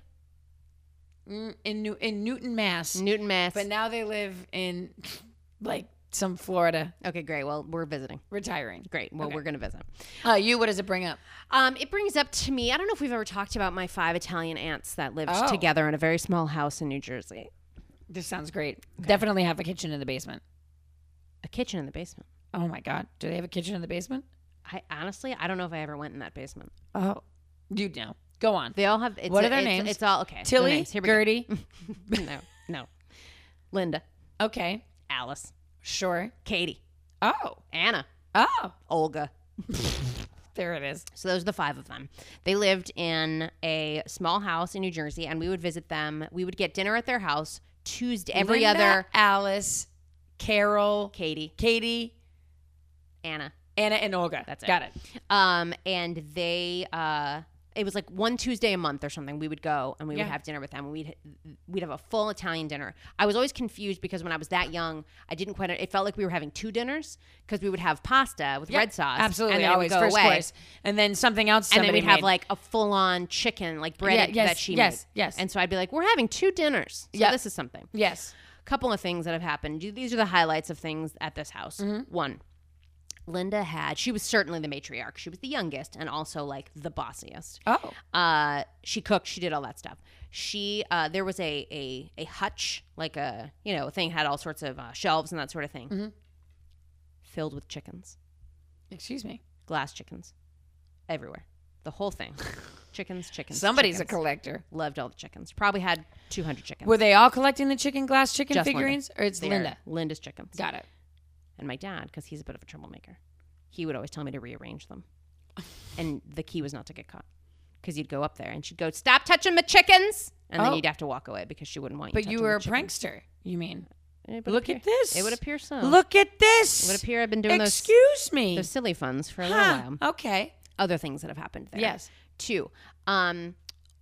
Speaker 2: Mm, in New- in Newton, Mass.
Speaker 1: Newton, Mass.
Speaker 2: But now they live in like some Florida,
Speaker 1: okay, great. Well, we're visiting.
Speaker 2: retiring.
Speaker 1: Great. Well, we're going to visit.
Speaker 2: Uh, you, what does it bring up?
Speaker 1: Um, it brings up to me, I don't know if we've ever talked about my five Italian aunts that lived
Speaker 2: Oh.
Speaker 1: together in a very small house in New Jersey.
Speaker 2: This sounds great. Definitely have a kitchen in the basement.
Speaker 1: A kitchen in the basement.
Speaker 2: Oh my God. Do they have a kitchen in the basement?
Speaker 1: I honestly, I don't know if I ever went in that basement.
Speaker 2: Oh. You know. Go on.
Speaker 1: They all have. It's
Speaker 2: What are their
Speaker 1: it's-
Speaker 2: names?
Speaker 1: It's all okay. their
Speaker 2: Tilly,
Speaker 1: names. Here we go.
Speaker 2: Gertie.
Speaker 1: no, no. Linda,
Speaker 2: okay.
Speaker 1: Alice,
Speaker 2: Sure.
Speaker 1: Katie,
Speaker 2: Oh.
Speaker 1: Anna,
Speaker 2: Oh.
Speaker 1: Olga.
Speaker 2: There it is.
Speaker 1: So those are the five of them. They lived in a small house in New Jersey, and we would visit them. We would get dinner at their house Tuesday every
Speaker 2: Linda,
Speaker 1: other.
Speaker 2: Alice, Carol,
Speaker 1: Katie,
Speaker 2: Katie,
Speaker 1: Anna.
Speaker 2: Anna, and Olga.
Speaker 1: That's it.
Speaker 2: Got it.
Speaker 1: Um, and they uh, it was like one Tuesday a month or something. We would go and we
Speaker 2: Yeah.
Speaker 1: would have dinner with them. And we'd we'd have a full Italian dinner. I was always confused because when I was that young, I didn't quite. It felt like we were having two dinners because we would have pasta with
Speaker 2: Yeah,
Speaker 1: red sauce,
Speaker 2: Absolutely.
Speaker 1: and then it
Speaker 2: always
Speaker 1: would go
Speaker 2: first
Speaker 1: away.
Speaker 2: course. And then something else.
Speaker 1: And then
Speaker 2: somebody
Speaker 1: we'd have
Speaker 2: made.
Speaker 1: like a full on chicken, like bread
Speaker 2: Yeah, yes,
Speaker 1: that she
Speaker 2: yes,
Speaker 1: made.
Speaker 2: yes.
Speaker 1: And so I'd be like, we're having two dinners. So
Speaker 2: Yeah.
Speaker 1: this is something
Speaker 2: Yes.
Speaker 1: couple of things that have happened. You- These are the highlights of things at this house.
Speaker 2: Mm-hmm.
Speaker 1: One, Linda had, she was certainly the matriarch. She was the youngest and also like the bossiest.
Speaker 2: Oh.
Speaker 1: Uh, she cooked, she did all that stuff. She, uh, there was a, a, a hutch, like a, you know, a thing had all sorts of uh, shelves and that sort of thing
Speaker 2: Mm-hmm.
Speaker 1: filled with chickens,
Speaker 2: Excuse me.
Speaker 1: glass chickens everywhere. The whole thing. chickens, chickens.
Speaker 2: Somebody's
Speaker 1: chickens.
Speaker 2: a collector.
Speaker 1: Loved all the chickens. Probably had 200 chickens.
Speaker 2: Were they all collecting the chicken glass chicken
Speaker 1: Just Linda.
Speaker 2: figurines, or it's
Speaker 1: They're
Speaker 2: Linda?
Speaker 1: Linda's chickens.
Speaker 2: Got it.
Speaker 1: and my dad because he's a bit of a troublemaker he would always tell me to rearrange them and the key was not to get caught because you'd go up there and she'd go stop touching my chickens and then
Speaker 2: Oh.
Speaker 1: you'd have to walk away because she wouldn't want you
Speaker 2: But you
Speaker 1: touching
Speaker 2: were
Speaker 1: the
Speaker 2: a
Speaker 1: chickens.
Speaker 2: prankster. You mean?
Speaker 1: It would
Speaker 2: Look
Speaker 1: appear-
Speaker 2: at this.
Speaker 1: it would appear so
Speaker 2: Look at this.
Speaker 1: it would appear i've been doing those-
Speaker 2: Excuse me.
Speaker 1: those silly funds for a little
Speaker 2: Huh.
Speaker 1: while
Speaker 2: Okay.
Speaker 1: other things that have happened there
Speaker 2: Yes.
Speaker 1: two um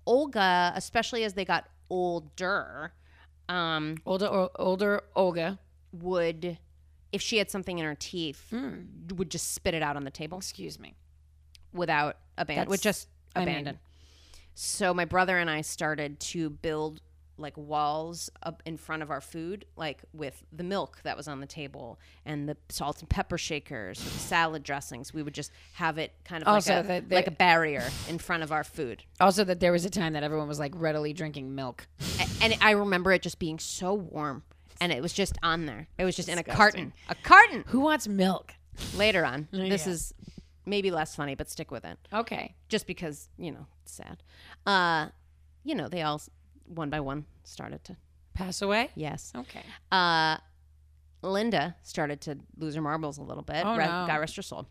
Speaker 1: olga especially as they got older um
Speaker 2: Older, or, older Olga.
Speaker 1: would if she had something in her teeth
Speaker 2: Hmm.
Speaker 1: would just spit it out on the table
Speaker 2: Excuse me.
Speaker 1: without abandon, would
Speaker 2: That's-
Speaker 1: just
Speaker 2: I mean-
Speaker 1: abandon. so my brother and I started to build like walls up in front of our food, like with the milk that was on the table and the salt and pepper shakers, the salad dressings. We would just have it kind of
Speaker 2: Also,
Speaker 1: like, a,
Speaker 2: they- they-
Speaker 1: like a barrier in front of our food.
Speaker 2: Also, that there was a time that everyone was like readily drinking milk.
Speaker 1: A- And I remember it just being so warm. And it was just on there. It was just in a carton. A carton.
Speaker 2: Who wants milk?
Speaker 1: Later on. This
Speaker 2: Oh, Yeah.
Speaker 1: is maybe less funny, but stick with it.
Speaker 2: Okay.
Speaker 1: just because you know it's sad uh you know they all s- one by one started to
Speaker 2: Pass away?
Speaker 1: Yes.
Speaker 2: Okay.
Speaker 1: Uh, Linda started to lose her marbles a little bit.
Speaker 2: Oh,
Speaker 1: re-
Speaker 2: no.
Speaker 1: God rest her soul.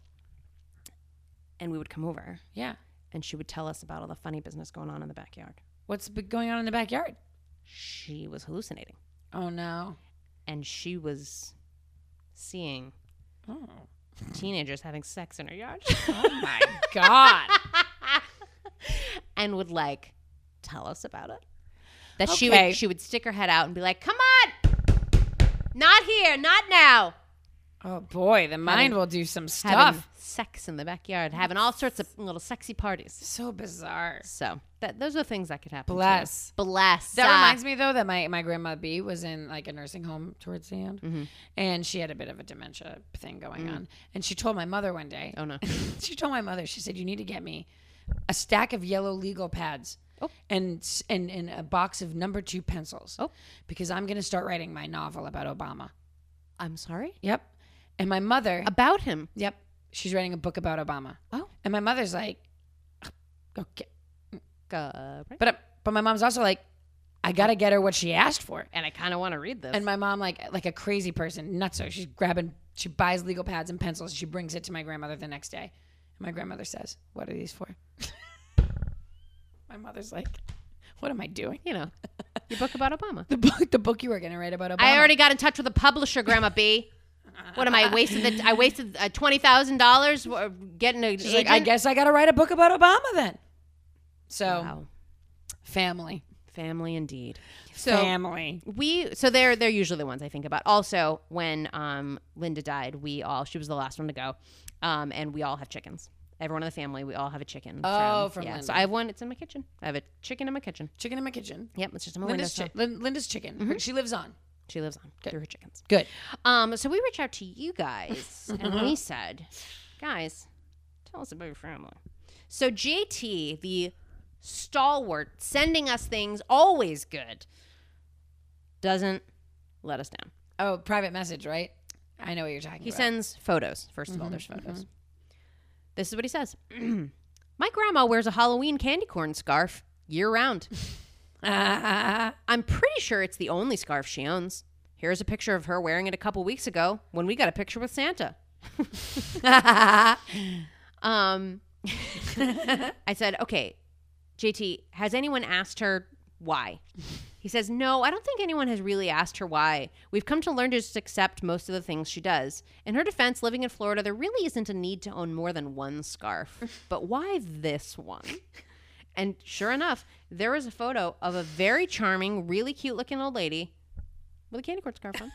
Speaker 1: And we would come over,
Speaker 2: Yeah.
Speaker 1: and she would tell us about all the funny business going on in the backyard.
Speaker 2: What's be- going on in the backyard?
Speaker 1: She was hallucinating,
Speaker 2: Oh no.
Speaker 1: and she was seeing
Speaker 2: Oh,
Speaker 1: teenagers having sex in her yard,
Speaker 2: oh my god.
Speaker 1: and would like tell us about it. That she would
Speaker 2: Okay.
Speaker 1: she would stick her head out and be like, "Come on, not here, not now."
Speaker 2: Oh boy, the mind will do some
Speaker 1: Having
Speaker 2: stuff.
Speaker 1: sex in the backyard, having all sorts of little sexy parties.
Speaker 2: So bizarre.
Speaker 1: So that those are things that could happen. to you.
Speaker 2: Bless.
Speaker 1: bless.
Speaker 2: That reminds me though that my, my grandma B was in like a nursing home towards the end,
Speaker 1: Mm-hmm.
Speaker 2: and she had a bit of a dementia thing going on. And she told my mother one day.
Speaker 1: Mm. Oh, no.
Speaker 2: she told my mother. She said, "You need to get me a stack of yellow legal pads."
Speaker 1: Oh.
Speaker 2: And, s- and and a box of number two pencils.
Speaker 1: Oh.
Speaker 2: because I'm gonna start writing my novel about Obama.
Speaker 1: I'm sorry
Speaker 2: Yep, and my mother.
Speaker 1: about him.
Speaker 2: Yep. She's writing a book about Obama.
Speaker 1: Oh.
Speaker 2: And my mother's like, okay.
Speaker 1: Uh, right?
Speaker 2: But but my mom's also like, I gotta get her what she asked for.
Speaker 1: and I kind of want to read this.
Speaker 2: And my mom, like like a crazy person, nutso. She's grabbing, she buys legal pads and pencils. she brings it to my grandmother the next day. And my grandmother says, "What are these for?" my mother's like, "What am I doing?"
Speaker 1: you know, your book about Obama.
Speaker 2: The book, the book you were gonna write about Obama.
Speaker 1: I already got in touch with the publisher, Grandma B. What am I wasting? The, I wasted uh, twenty thousand dollars getting a.
Speaker 2: She's like, I guess I gotta write a book about Obama then. So
Speaker 1: Wow.
Speaker 2: family,
Speaker 1: Family indeed. So
Speaker 2: family.
Speaker 1: we so they're they're usually the ones I think about. Also, when um Linda died, we all she was the last one to go, um and we all have chickens. Everyone in the family, we all have a chicken.
Speaker 2: Oh, from
Speaker 1: yeah.
Speaker 2: Linda.
Speaker 1: So I have one. It's in my kitchen. I have a chicken in my kitchen.
Speaker 2: Chicken in my kitchen.
Speaker 1: Yep, it's just in my window.
Speaker 2: Linda's, chi- Lin- Linda's chicken.
Speaker 1: Mm-hmm.
Speaker 2: Her- She lives on.
Speaker 1: She lives on through her chickens.
Speaker 2: Good.
Speaker 1: Um, so we reached out to you guys and we said, guys, tell us about your family. So JT, the stalwart, sending us things, always good, doesn't let us down.
Speaker 2: Oh, private message, right? I know what you're talking
Speaker 1: He
Speaker 2: about. Mm-hmm,
Speaker 1: sends photos. 1st of all, there's photos. This is what he says My grandma wears a Halloween candy corn scarf year round. I'm pretty sure it's the only scarf she owns. Here's a picture of her wearing it a couple weeks ago when we got a picture with Santa. um, I said, okay, JT, has anyone asked her why? He says, no, I don't think anyone has really asked her why. We've come to learn to just accept most of the things she does. In her defense, living in Florida, there really isn't a need to own more than one scarf. But why this one? And sure enough, there was a photo of a very charming, really cute looking old lady with a candy corn scarf on.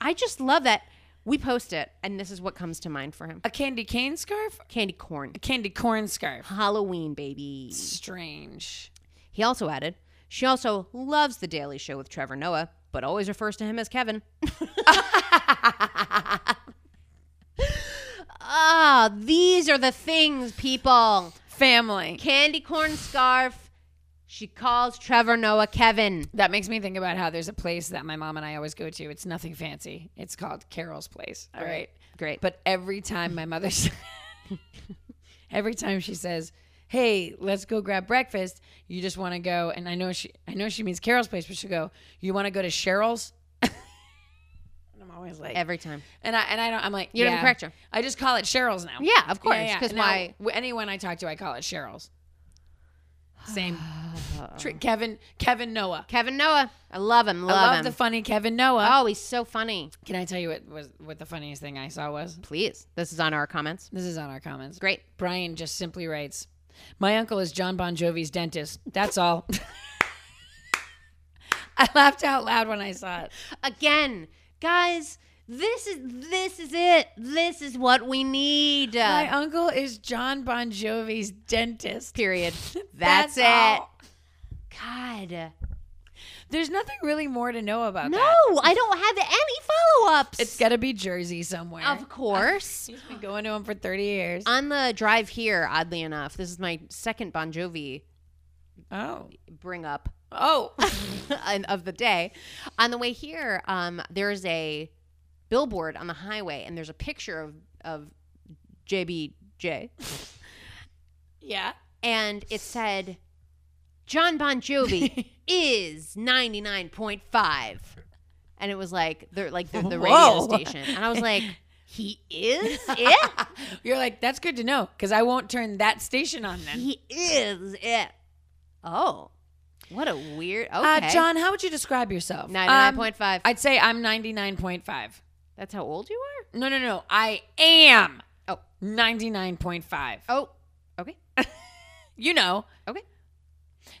Speaker 1: I just love that. We post it, and this is what comes to mind for him
Speaker 2: a candy cane scarf?
Speaker 1: candy corn.
Speaker 2: A candy corn scarf.
Speaker 1: Halloween, baby.
Speaker 2: Strange.
Speaker 1: He also added, she also loves The Daily Show with Trevor Noah, but always refers to him as Kevin. Ah, these are the things, people.
Speaker 2: Family.
Speaker 1: Candy corn scarf. She calls Trevor Noah Kevin.
Speaker 2: That makes me think about how there's a place that my mom and I always go to. It's nothing fancy. It's called Carol's Place. All right.
Speaker 1: Great.
Speaker 2: But every time my mother s- every time she says, "Hey, let's go grab breakfast," you just want to go and I know she I know she means Carol's Place, but she'll go, "You want to go to Cheryl's?" and I'm always like,
Speaker 1: Every time.
Speaker 2: And I and I don't. I'm like,
Speaker 1: You don't
Speaker 2: yeah.
Speaker 1: even correct her.
Speaker 2: I just call it Cheryl's now.
Speaker 1: Yeah, of course, 'cause
Speaker 2: Now,
Speaker 1: why-
Speaker 2: w- anyone I talk to, I call it Cheryl's. Same. Tr- Kevin Kevin Noah.
Speaker 1: Kevin Noah. I love him. Love,
Speaker 2: I love
Speaker 1: him.
Speaker 2: the funny Kevin Noah.
Speaker 1: oh, he's so funny.
Speaker 2: Can I tell you what was what the funniest thing I saw was?
Speaker 1: Please. This is on our comments.
Speaker 2: This is on our comments.
Speaker 1: Great.
Speaker 2: Brian just simply writes, "My uncle is John Bon Jovi's dentist. That's all." I laughed out loud when I saw it.
Speaker 1: Again, guys, this is this is it. This is what we need. Uh,
Speaker 2: My uncle is John Bon Jovi's dentist.
Speaker 1: Period. That's, it.
Speaker 2: all.
Speaker 1: God.
Speaker 2: There's nothing really more to know about
Speaker 1: No,
Speaker 2: that.
Speaker 1: I don't have any follow ups.
Speaker 2: It's got to be Jersey somewhere.
Speaker 1: of course.
Speaker 2: He's been going to him for 30 years.
Speaker 1: on the drive here, oddly enough, this is my second Bon Jovi
Speaker 2: oh.
Speaker 1: bring up
Speaker 2: Oh.
Speaker 1: and of the day. On the way here, um, there's a billboard on the highway, and there's a picture of of JBJ,
Speaker 2: yeah.
Speaker 1: and it said, John Bon Jovi is 99.5. And it was like the like the, the radio
Speaker 2: Whoa.
Speaker 1: station. And I was like, he is it?
Speaker 2: You're like, that's good to know because I won't turn that station on then.
Speaker 1: he is it. Oh. What a weird okay.
Speaker 2: Uh, John, how would you describe yourself? Um,
Speaker 1: 99.5.
Speaker 2: I'd say I'm 99.5.
Speaker 1: That's how old you are?
Speaker 2: No, no, no. I am.
Speaker 1: Oh.
Speaker 2: 99.5.
Speaker 1: Oh. Okay.
Speaker 2: You know.
Speaker 1: Okay.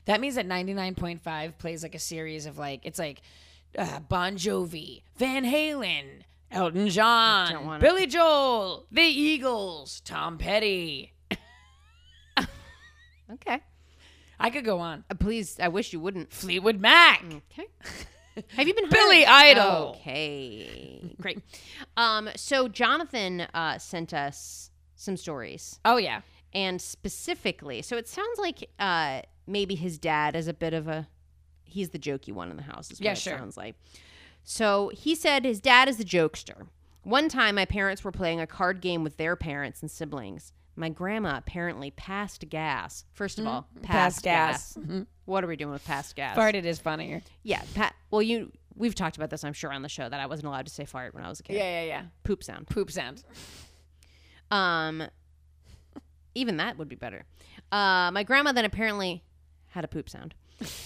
Speaker 2: That means that 99.5 plays like a series of like, it's like uh, Bon Jovi, Van Halen, Elton
Speaker 1: Don't
Speaker 2: John,
Speaker 1: wanna-
Speaker 2: Billy Joel, The Eagles, Tom Petty.
Speaker 1: Okay.
Speaker 2: I could go on.
Speaker 1: Uh, please, I wish you wouldn't.
Speaker 2: Fleetwood Mac.
Speaker 1: Okay. Have you been
Speaker 2: Billy
Speaker 1: hired?
Speaker 2: Idol.
Speaker 1: Okay, great. Um, so Jonathan uh, sent us some stories,
Speaker 2: Oh, yeah.
Speaker 1: and specifically, so it sounds like uh, maybe his dad is a bit of a he's the jokey one in the house. Is what
Speaker 2: Yeah,
Speaker 1: it
Speaker 2: sure.
Speaker 1: sounds like. So he said his dad is the jokester. One time, my parents were playing a card game with their parents and siblings. My grandma apparently passed gas. First of all, passed,
Speaker 2: Past Mm-hmm. gas. Mm-hmm.
Speaker 1: gas. What are we doing with passed gas?
Speaker 2: Farted is funnier.
Speaker 1: Yeah, Pat. Well, you we've talked about this, I'm sure, on the show that I wasn't allowed to say fart when I was a kid.
Speaker 2: Yeah, yeah, yeah.
Speaker 1: Poop sound.
Speaker 2: Poop sound.
Speaker 1: Um, even that would be better. Uh, my grandma then apparently had a poop sound,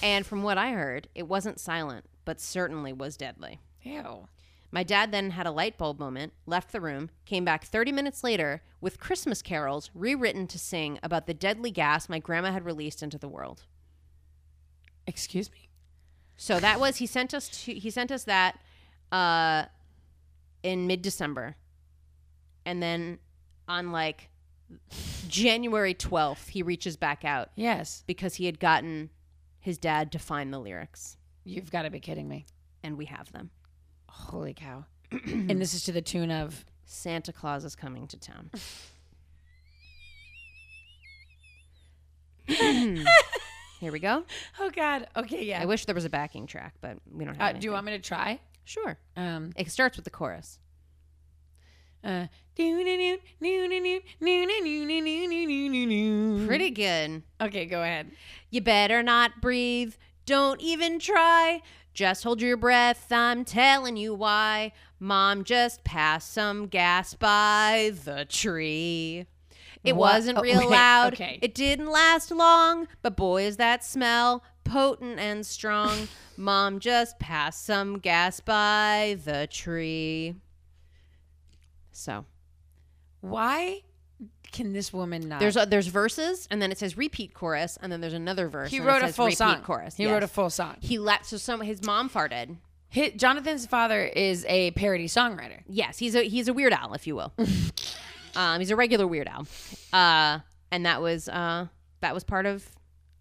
Speaker 1: and from what I heard, it wasn't silent, but certainly was deadly.
Speaker 2: Ew.
Speaker 1: My dad then had a light bulb moment, left the room, came back 30 minutes later with Christmas carols rewritten to sing about the deadly gas my grandma had released into the world.
Speaker 2: Excuse me.
Speaker 1: So that was he sent us to he sent us that uh in mid December. And then on like January 12th he reaches back out
Speaker 2: Yes.
Speaker 1: because he had gotten his dad to find the lyrics
Speaker 2: You've got to be kidding me.
Speaker 1: and we have them.
Speaker 2: Holy cow. and this is to the tune of
Speaker 1: Santa Claus is coming to town. Here we go.
Speaker 2: Oh God. Okay, yeah.
Speaker 1: I wish there was a backing track, but we don't have
Speaker 2: uh,
Speaker 1: anything.
Speaker 2: do you want me to try?
Speaker 1: Sure.
Speaker 2: Um
Speaker 1: It starts with the chorus.
Speaker 2: uh Pretty
Speaker 1: Pretty good.
Speaker 2: Okay, go ahead.
Speaker 1: You better not breathe. Don't even try. Just hold your breath. I'm telling you why. Mom just passed some gas by the tree. It
Speaker 2: What?
Speaker 1: wasn't
Speaker 2: Oh,
Speaker 1: real
Speaker 2: wait,
Speaker 1: loud.
Speaker 2: okay.
Speaker 1: It didn't last long, but boy, is that smell potent and strong. Mom just passed some gas by the tree. So
Speaker 2: Why can this woman not
Speaker 1: there's uh, there's verses, and then it says repeat chorus, and then there's another verse.
Speaker 2: He
Speaker 1: and it
Speaker 2: wrote a
Speaker 1: says
Speaker 2: full
Speaker 1: repeat
Speaker 2: song.
Speaker 1: Chorus.
Speaker 2: He
Speaker 1: Yes.
Speaker 2: wrote a full song.
Speaker 1: He left. So some his mom farted.
Speaker 2: Hi Jonathan's father is a parody songwriter.
Speaker 1: Yes, he's a he's a weird owl, if you will. um, he's a regular weird owl, uh, and that was uh, that was part of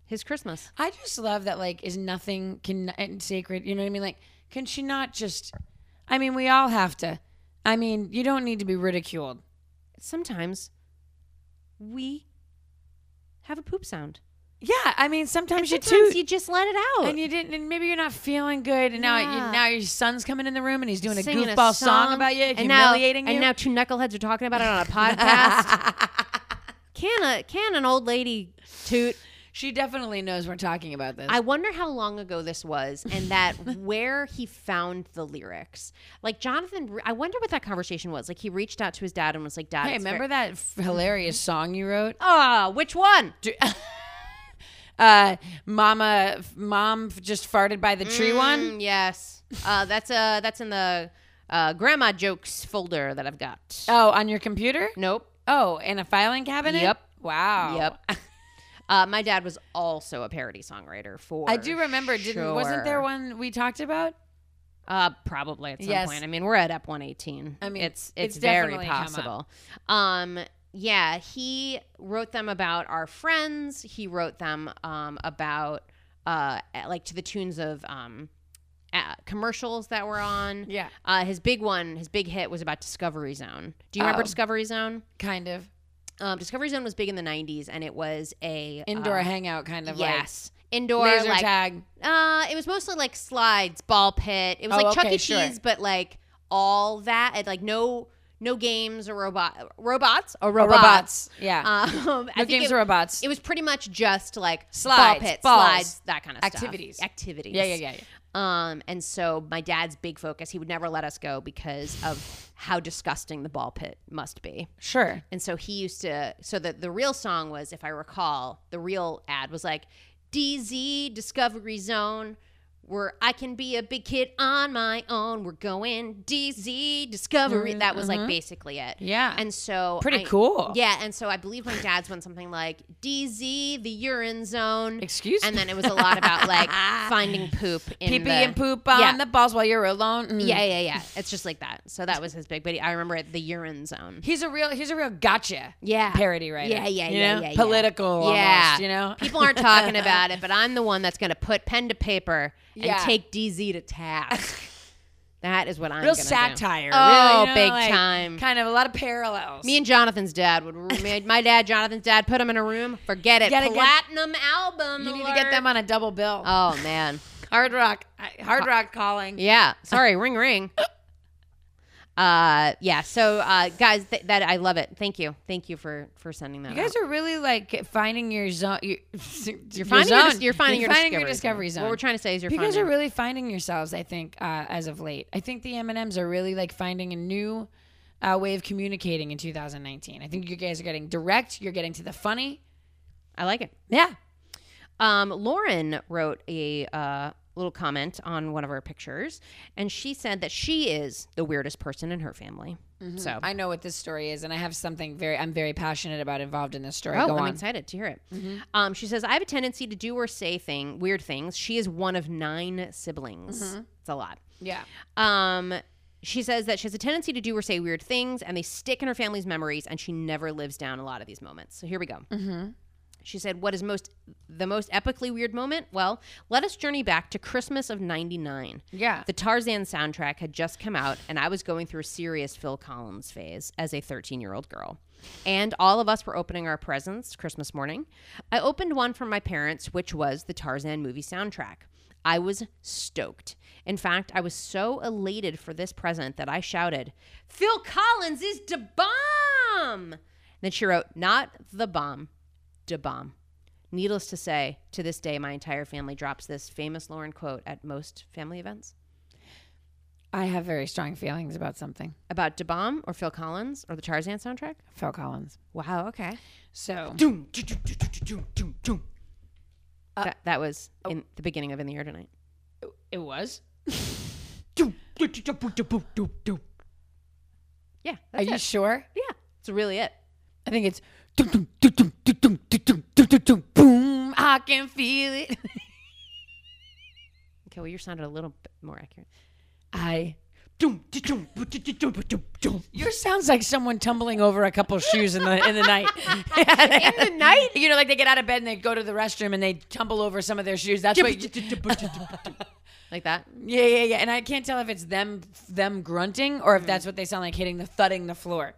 Speaker 1: his Christmas.
Speaker 2: I just love that like is nothing can and sacred. You know what I mean? Like, can she not just? I mean, we all have to. I mean, you don't need to be ridiculed.
Speaker 1: Sometimes we have a poop sound.
Speaker 2: Yeah, I mean, sometimes, you
Speaker 1: Sometimes
Speaker 2: too.
Speaker 1: you just let it out.
Speaker 2: and you didn't, and maybe you're not feeling good, and now
Speaker 1: Yeah.
Speaker 2: you, now your son's coming in the room and he's doing a
Speaker 1: Singing
Speaker 2: goofball song about you,
Speaker 1: and now,
Speaker 2: humiliating
Speaker 1: And
Speaker 2: you.
Speaker 1: now two knuckleheads are talking about it on a podcast. can a can an old lady toot?
Speaker 2: she definitely knows we're talking about this.
Speaker 1: I wonder how long ago this was and that where he found the lyrics. Like Jonathan, re- I wonder what that conversation was. Like he reached out to his dad and was like, "Dad,
Speaker 2: hey, remember that f- hilarious song you wrote?
Speaker 1: Ah, which one?
Speaker 2: Do- uh, Mama, mom just farted by the tree. One.
Speaker 1: Mm, yes, uh, that's uh that's in the uh, grandma jokes folder that I've got.
Speaker 2: Oh, on your computer?
Speaker 1: nope.
Speaker 2: Oh, in a filing cabinet?
Speaker 1: Yep.
Speaker 2: Wow.
Speaker 1: Yep. Uh, my dad was also a parody songwriter for.
Speaker 2: I do remember. Didn't wasn't there
Speaker 1: sure.
Speaker 2: one we talked about?
Speaker 1: Uh, probably at some
Speaker 2: Yes.
Speaker 1: point. I mean, we're at up 118.
Speaker 2: I mean,
Speaker 1: it's it's,
Speaker 2: it's
Speaker 1: very
Speaker 2: definitely come
Speaker 1: possible. Um, yeah, he wrote them about our friends. He wrote them um about uh like to the tunes of um uh, commercials that were on.
Speaker 2: Yeah,
Speaker 1: Uh, his big one, his big hit was about Discovery Zone. Do you remember
Speaker 2: Oh.
Speaker 1: Discovery Zone?
Speaker 2: kind of
Speaker 1: Um, Discovery Zone was big in the 90s, and it was a
Speaker 2: indoor
Speaker 1: uh,
Speaker 2: hangout, kind of
Speaker 1: yes.
Speaker 2: like
Speaker 1: Indoor,
Speaker 2: laser
Speaker 1: like
Speaker 2: tag.
Speaker 1: uh, it was mostly like slides, ball pit. It was
Speaker 2: Oh,
Speaker 1: like Chuck
Speaker 2: okay,
Speaker 1: E. Cheese,
Speaker 2: sure.
Speaker 1: but like all that. It, like no no games or robot robots or
Speaker 2: Or
Speaker 1: robots.
Speaker 2: robots. Yeah.
Speaker 1: Um, I
Speaker 2: no
Speaker 1: think
Speaker 2: games
Speaker 1: it,
Speaker 2: or robots.
Speaker 1: It was pretty much just like
Speaker 2: Slides,
Speaker 1: ball pits,
Speaker 2: balls,
Speaker 1: slides, that kind of stuff.
Speaker 2: activities.
Speaker 1: activities.
Speaker 2: yeah, yeah, yeah, yeah.
Speaker 1: Um, and so my dad's big focus, he would never let us go because of how disgusting the ball pit must be.
Speaker 2: Sure.
Speaker 1: And so he used to, so that the real song was, if I recall, the real ad was like DZ Discovery Zone, where I can be a big kid on my own. We're going DZ Discovery. That was like basically it.
Speaker 2: Mm, mm-hmm. Yeah.
Speaker 1: And so
Speaker 2: Pretty
Speaker 1: I-
Speaker 2: cool.
Speaker 1: Yeah. And so I believe my dad's went something like DZ, the urine zone.
Speaker 2: Excuse
Speaker 1: And
Speaker 2: me?
Speaker 1: then it was a lot about like finding poop in
Speaker 2: Pee pee
Speaker 1: the-
Speaker 2: and poop on
Speaker 1: Yeah.
Speaker 2: the balls while you're alone. Mm.
Speaker 1: Yeah, yeah, yeah. It's just like that. So that was his big, but he- I remember it, the urine zone.
Speaker 2: He's a real he's a real gotcha
Speaker 1: Yeah.
Speaker 2: parody writer.
Speaker 1: Yeah, yeah,
Speaker 2: you
Speaker 1: yeah,
Speaker 2: know?
Speaker 1: yeah, yeah.
Speaker 2: Political
Speaker 1: Yeah.
Speaker 2: almost, you know?
Speaker 1: People aren't talking about it, but I'm the one that's going to put pen to paper and
Speaker 2: Yeah.
Speaker 1: take DZ to task. that is what I'm
Speaker 2: real
Speaker 1: gonna do.
Speaker 2: satire.
Speaker 1: Oh,
Speaker 2: really, you know,
Speaker 1: big
Speaker 2: like,
Speaker 1: time.
Speaker 2: Kind of a lot of parallels.
Speaker 1: Me and Jonathan's dad would. my- My dad, Jonathan's dad, put him in a room. Forget it.
Speaker 2: gotta get-
Speaker 1: Platinum album.
Speaker 2: you need to get
Speaker 1: alert.
Speaker 2: them on a double bill.
Speaker 1: Oh man.
Speaker 2: Uh, hard rock, I- hard rock calling.
Speaker 1: Yeah. Sorry. ring ring. Uh yeah. So uh guys, th- that I love it. Thank you. Thank you for for sending that.
Speaker 2: You guys are really like finding your zone. Your, you're
Speaker 1: finding your,
Speaker 2: zone.
Speaker 1: dis- you're finding, your, discovery
Speaker 2: zone.
Speaker 1: What we're trying to say is you're
Speaker 2: you guys
Speaker 1: finding
Speaker 2: are really finding yourselves, I think, uh, as of late. I think the M and M's are really like finding a new uh, way of communicating in 2019. I think you guys are getting direct. You're getting to the funny.
Speaker 1: I like it.
Speaker 2: Yeah.
Speaker 1: Um, Lauren wrote a uh, little comment on one of our pictures, and she said that she is the weirdest person in her family. So
Speaker 2: I know what this story is, and I have something very I'm very passionate about involved in this story.
Speaker 1: Oh,
Speaker 2: Go
Speaker 1: I'm
Speaker 2: on.
Speaker 1: excited to hear it. Um, she says, I have a tendency to do or say thing weird things. She is one of nine siblings. It's a lot.
Speaker 2: Yeah.
Speaker 1: Um, she says that she has a tendency to do or say weird things, and they stick in her family's memories, and she never lives down a lot of these moments. So here we go. She said, "What is most the most epically weird moment? Well, let us journey back to Christmas of '99.
Speaker 2: Yeah.
Speaker 1: The Tarzan soundtrack had just come out, and I was going through a serious Phil Collins phase as a 13 year old girl. And all of us were opening our presents Christmas morning. I opened one from my parents, which was the Tarzan movie soundtrack. I was stoked. In fact, I was so elated for this present that I shouted, Phil Collins is da bomb! Then she wrote, Not the bomb, da bomb. Needless to say, to this day, my entire family drops this famous Lauren quote at most family events
Speaker 2: I have very strong feelings about something.
Speaker 1: about Da Bomb or Phil Collins or the Tarzan soundtrack.
Speaker 2: Phil Collins.
Speaker 1: Wow. Okay.
Speaker 2: So
Speaker 1: that, that was in the beginning of In the Air Tonight.
Speaker 2: it was.
Speaker 1: Yeah.
Speaker 2: Are
Speaker 1: That's
Speaker 2: you
Speaker 1: it.
Speaker 2: sure?
Speaker 1: yeah. It's really it.
Speaker 2: I think it's boom. I can feel it.
Speaker 1: Okay. Well, yours sounded a little bit more accurate.
Speaker 2: I. Yours sounds like someone tumbling over a couple shoes in the in the night. in the night, you know, like they get out of bed and they go to the restroom and they tumble over some of their shoes. That's what.
Speaker 1: Like that.
Speaker 2: yeah, yeah, yeah. And I can't tell if it's them them grunting
Speaker 1: Mm.
Speaker 2: or if that's what they sound like hitting the thudding the floor.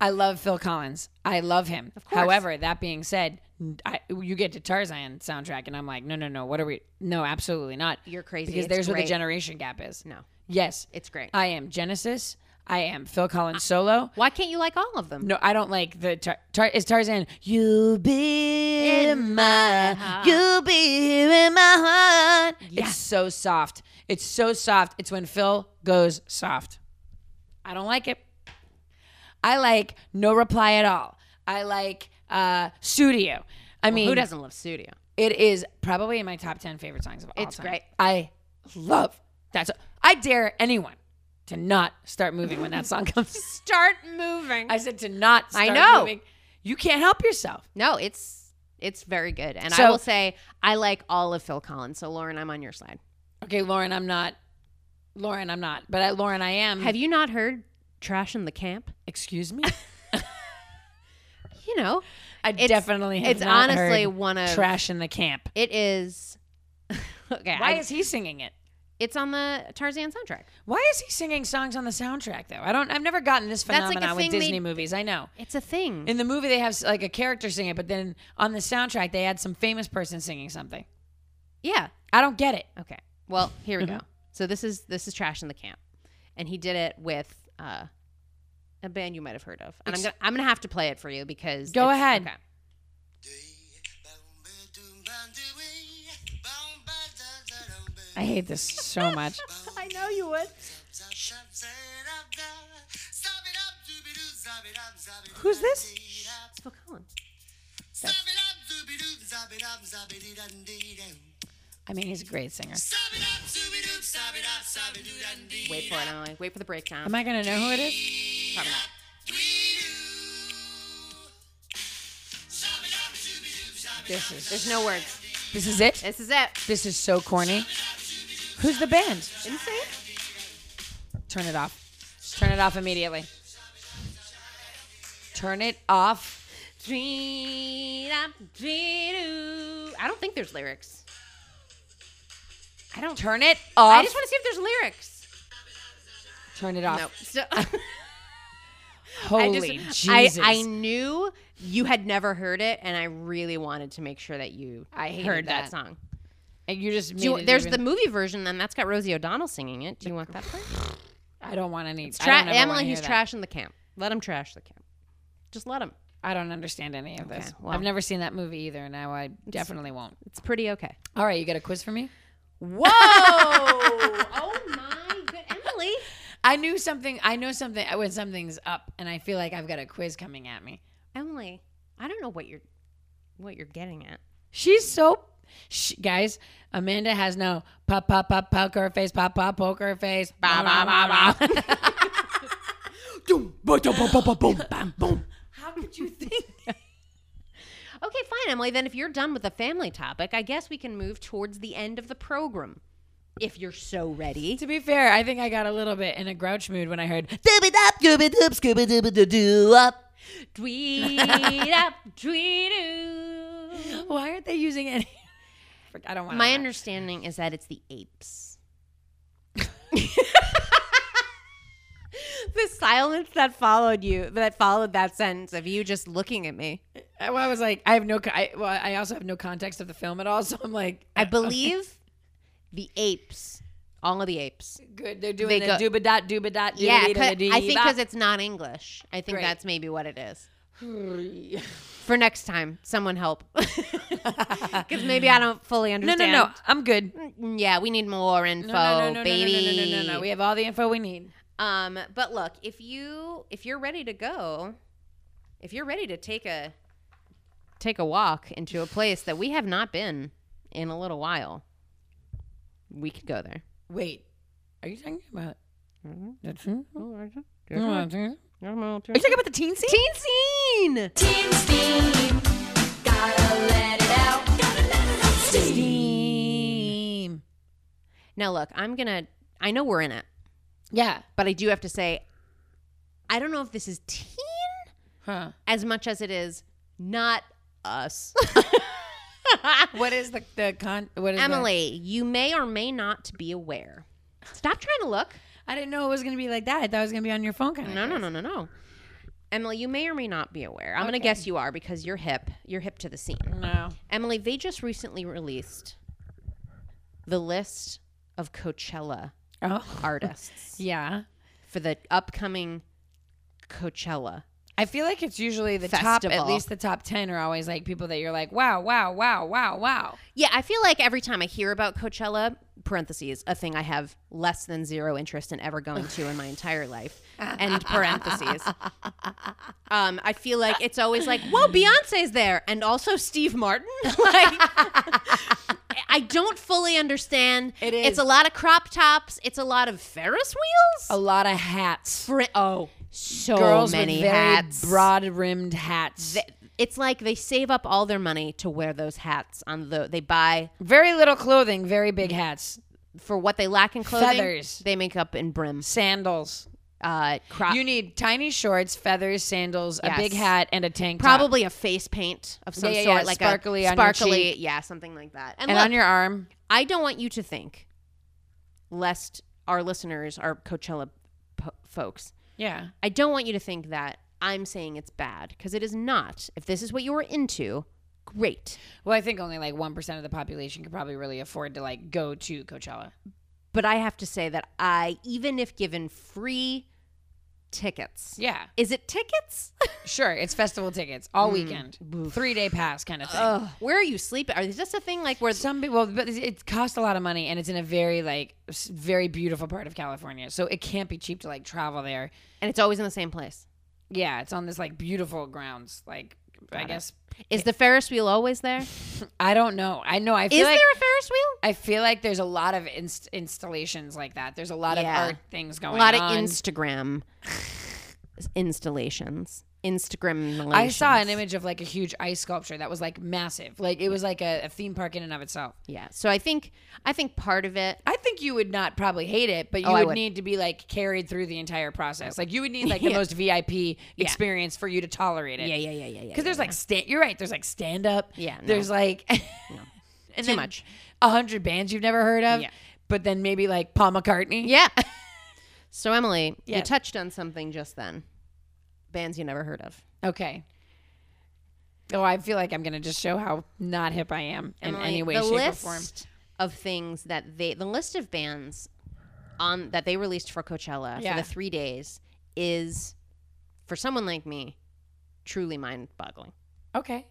Speaker 2: I love Phil Collins. I love him.
Speaker 1: course.
Speaker 2: However, that being said, I, you get to Tarzan soundtrack, and I'm like, no, no, no. What are we? No, absolutely not.
Speaker 1: You're crazy.
Speaker 2: Because
Speaker 1: It's
Speaker 2: there's where the
Speaker 1: great.
Speaker 2: generation gap is.
Speaker 1: No.
Speaker 2: Yes,
Speaker 1: It's great.
Speaker 2: I am Genesis. I am Phil Collins solo.
Speaker 1: Uh, Why can't you like all of them?
Speaker 2: No, I don't like the tar- tar- is Tarzan. You be in my, you be here in my heart. It's so soft. It's so soft. It's when Phil goes soft. I don't like it. I like no reply at all. I like uh studio. I mean,
Speaker 1: Who doesn't love studio?
Speaker 2: it is probably in my top ten favorite songs of all
Speaker 1: It's
Speaker 2: time.
Speaker 1: great.
Speaker 2: I love that. So- I dare anyone to not start moving when that song comes.
Speaker 1: Start moving.
Speaker 2: I said to not.
Speaker 1: I
Speaker 2: Start
Speaker 1: know.
Speaker 2: Moving. You can't help yourself.
Speaker 1: no, it's it's very good, and I
Speaker 2: So-
Speaker 1: will say I like all of Phil Collins. So Lauren, I'm on your side.
Speaker 2: Okay, Lauren, I'm not. Lauren, I'm not. But I, Lauren, I am.
Speaker 1: Have you not heard "Trash in the Camp"?
Speaker 2: Excuse me.
Speaker 1: You know,
Speaker 2: I
Speaker 1: It's-
Speaker 2: definitely. Have
Speaker 1: it's
Speaker 2: not
Speaker 1: honestly
Speaker 2: heard
Speaker 1: one of
Speaker 2: trash in the camp.
Speaker 1: It is. okay.
Speaker 2: Why
Speaker 1: I-
Speaker 2: is he singing it?
Speaker 1: it's on the Tarzan soundtrack.
Speaker 2: Why is he singing songs on the soundtrack though? I don't. I've never gotten this
Speaker 1: That's like a
Speaker 2: phenomenon with
Speaker 1: thing they- Mm.
Speaker 2: Disney movies. I know.
Speaker 1: It's a thing.
Speaker 2: In the movie, they have like a character sing it, but then on the soundtrack, they had some famous person singing something.
Speaker 1: yeah.
Speaker 2: I don't get it.
Speaker 1: Okay.
Speaker 2: Mm-hmm.
Speaker 1: Well, here we go. So this is this is Trash in the Camp, and he did it with uh, a band you might have heard of, and I'm gonna I'm gonna have to play it for you because
Speaker 2: Go
Speaker 1: it's-
Speaker 2: ahead.
Speaker 1: okay.
Speaker 2: I hate this so much.
Speaker 1: I know you would.
Speaker 4: Who's this?
Speaker 1: It's Phil Collins.
Speaker 2: I mean, he's a great singer.
Speaker 1: Wait for it, Emily. Wait for the breakdown.
Speaker 2: Am I gonna know who it is?
Speaker 1: Probably not.
Speaker 2: This is
Speaker 1: There's no words.
Speaker 2: this is it.
Speaker 1: This is it.
Speaker 2: This is so corny. Who's the band?
Speaker 1: Insane.
Speaker 2: Turn it off. Just turn it off immediately. Turn it off.
Speaker 1: I don't think there's lyrics.
Speaker 2: I don't turn it off.
Speaker 1: I just want to see if there's lyrics.
Speaker 2: turn it off.
Speaker 1: No. So, I
Speaker 2: Holy
Speaker 1: just,
Speaker 2: Jesus!
Speaker 1: I, I knew you had never heard it, and I really wanted to make sure that you
Speaker 2: I hated
Speaker 1: heard
Speaker 2: that.
Speaker 1: that, song.
Speaker 2: and you just
Speaker 1: Do you-
Speaker 2: made it
Speaker 1: there's
Speaker 2: even-
Speaker 1: the movie version, and that's got Rosie O'Donnell singing it. Do you want that part?
Speaker 2: I don't want any. I
Speaker 1: Tra-
Speaker 2: don't ever wanna
Speaker 1: Emily,
Speaker 2: hear
Speaker 1: he's
Speaker 2: that.
Speaker 1: trashing the camp. Let him trash the camp. Just let him.
Speaker 2: I don't understand any of this.
Speaker 1: Okay, well.
Speaker 2: I've never seen that movie either. Now I definitely won't.
Speaker 1: It's pretty okay.
Speaker 2: All right, you got a quiz for me?
Speaker 1: Whoa! oh my good Emily.
Speaker 2: I knew something. I know something when something's up, and I feel like I've got a quiz coming at me.
Speaker 1: Emily, I don't know what you're what you're getting at.
Speaker 2: She's so. She, guys, Amanda has no pop, pop, pop, poker face, pop, pop, poker face. Bah, bah, bah, bah.
Speaker 1: How could you think? okay, fine, Emily. Then if you're done with the family topic, I guess we can move towards the end of the program. If you're so ready.
Speaker 2: to be fair, I think I got a little bit in a grouch mood when I heard
Speaker 1: Tweet up, tweet oo.
Speaker 2: Why aren't they using any? Frick, I don't want.
Speaker 1: My understanding is that it's the apes. the silence that followed you, that followed that sentence of you just looking at me.
Speaker 2: I, well, I was like, I have no. co- I, well, I also have no context of the film at all, so I'm like,
Speaker 1: I believe the apes, all of the apes.
Speaker 2: good. They're doing
Speaker 1: They
Speaker 2: the
Speaker 1: go-
Speaker 2: dooba dot dooba dot.
Speaker 1: Yeah,
Speaker 2: doodly
Speaker 1: 'cause-
Speaker 2: doodly
Speaker 1: I think
Speaker 2: dee
Speaker 1: because it's not English. I think
Speaker 2: Great.
Speaker 1: that's maybe what it is.
Speaker 2: bop.
Speaker 1: For next time, someone help. Because maybe I don't fully
Speaker 2: no, no,
Speaker 1: understand.
Speaker 2: no. I'm good.
Speaker 1: no. Yeah, we need more info,
Speaker 2: No, no, no, no,
Speaker 1: baby.
Speaker 2: no, no, no, no, no, no. We have all the info we need.
Speaker 1: Um, but look, if you if you're ready to go, if you're ready to take a take a walk into a place that we have not been in a little while, we could go there.
Speaker 2: Wait, are you talking about?
Speaker 1: Mhm.
Speaker 2: That's- Are you talking
Speaker 1: Teen
Speaker 2: about the teen scene?
Speaker 1: scene.
Speaker 5: Team Steam, gotta let it out. Gotta let it out.
Speaker 2: Steam.
Speaker 1: Now look, I'm gonna. I know we're in it,
Speaker 2: Yeah.
Speaker 1: but I do have to say, I don't know if this is teen
Speaker 2: Huh.
Speaker 1: as much as it is not us.
Speaker 2: What is the the con? What is the-
Speaker 1: Emily, you may or may not be aware. Stop trying to look.
Speaker 2: I didn't know it was gonna be like that. I thought it was gonna be on your phone. Kind of.
Speaker 1: No, no, no, no, no. Emily, you may or may not be aware. I'm going
Speaker 2: Okay.
Speaker 1: to guess you are because you're hip. You're hip to the scene.
Speaker 2: No.
Speaker 1: Emily, they just recently released the list of Coachella
Speaker 2: Oh.
Speaker 1: artists
Speaker 2: Yeah.
Speaker 1: for the upcoming Coachella.
Speaker 2: I feel like it's usually the top, at
Speaker 1: Festival.
Speaker 2: least the top 10 are always like people that you're like, wow, wow, wow, wow, wow.
Speaker 1: Yeah, I feel like every time I hear about Coachella, parentheses, a thing I have less than zero interest in ever going to in my entire life, end parentheses. Um, I feel like it's always like, whoa, Beyonce's there, and also Steve Martin. like, I don't fully understand.
Speaker 2: It is.
Speaker 1: It's a lot of crop tops. It's a lot of Ferris wheels.
Speaker 2: A lot of hats.
Speaker 1: Fri- oh, so
Speaker 2: Girls
Speaker 1: many
Speaker 2: with very
Speaker 1: hats.
Speaker 2: broad rimmed hats.
Speaker 1: Th- It's like they save up all their money to wear those hats on the. They buy
Speaker 2: very little clothing, very big hats.
Speaker 1: for what they lack in clothing,
Speaker 2: Feathers.
Speaker 1: they make up in brims.
Speaker 2: Sandals.
Speaker 1: Uh, crop,
Speaker 2: You need tiny shorts, feathers, sandals,
Speaker 1: Yes.
Speaker 2: a big hat, and a tank top.
Speaker 1: probably a face paint of some
Speaker 2: Yeah, yeah,
Speaker 1: sort,
Speaker 2: yeah,
Speaker 1: like
Speaker 2: sparkly
Speaker 1: a
Speaker 2: on your
Speaker 1: sparkly,
Speaker 2: cheek.
Speaker 1: yeah, something like that. And,
Speaker 2: And
Speaker 1: look,
Speaker 2: on your arm.
Speaker 1: I don't want you to think, lest our listeners are Coachella po- folks.
Speaker 2: Yeah.
Speaker 1: I don't want you to think that I'm saying it's bad because it is not. If this is what you are into, great.
Speaker 2: Well, I think only like 1% of the population could probably really afford to like go to Coachella.
Speaker 1: But I have to say that I, even if given free tickets.
Speaker 2: Yeah, Mm.
Speaker 1: Is it tickets?
Speaker 2: sure. It's festival tickets all weekend, three day pass kind of thing.
Speaker 1: Ugh, where are you sleeping? Are is this a thing like where
Speaker 2: Some people, but it- it costs a lot of money, and it's in a very like s- very beautiful part of California, so it can't be cheap to like travel there.
Speaker 1: and it's always in the same place?
Speaker 2: Yeah, it's on this like beautiful grounds. Like I guess
Speaker 1: Is the Ferris wheel always there? Is
Speaker 2: I don't know. I know. I feel like
Speaker 1: there a Ferris wheel?
Speaker 2: I feel like there's a lot of inst- installations like that. There's a lot
Speaker 1: Yeah.
Speaker 2: of art things going
Speaker 1: A
Speaker 2: on.
Speaker 1: lot of Instagram installations. Instagram.
Speaker 2: I saw an image of like a huge ice sculpture that was like massive. Like it was like a, a theme park in and of itself.
Speaker 1: Yeah. So I think I think part of it
Speaker 2: I think you would not probably hate it, but you
Speaker 1: Oh, I
Speaker 2: would,
Speaker 1: would.
Speaker 2: need to be like carried through the entire process. Like you would need like the most VIP experience for you to tolerate it.
Speaker 1: Yeah, yeah, yeah, yeah, yeah.
Speaker 2: Because there's like stand. You're right. There's like stand up.
Speaker 1: Yeah, no.
Speaker 2: There's like and
Speaker 1: Too
Speaker 2: then
Speaker 1: much.
Speaker 2: A hundred bands you've never heard of.
Speaker 1: Yeah.
Speaker 2: But then maybe like Paul McCartney.
Speaker 1: Yeah. so Emily,
Speaker 2: Yeah.
Speaker 1: you touched on something just then. Bands you never heard of.
Speaker 2: Okay. Oh, I feel like I'm gonna just show how not hip I am in
Speaker 1: Emily,
Speaker 2: any way,
Speaker 1: the
Speaker 2: shape,
Speaker 1: list
Speaker 2: or form.
Speaker 1: of things that they the list of bands on that they released for Coachella
Speaker 2: Yeah.
Speaker 1: for the three days is for someone like me truly mind boggling.
Speaker 2: Okay.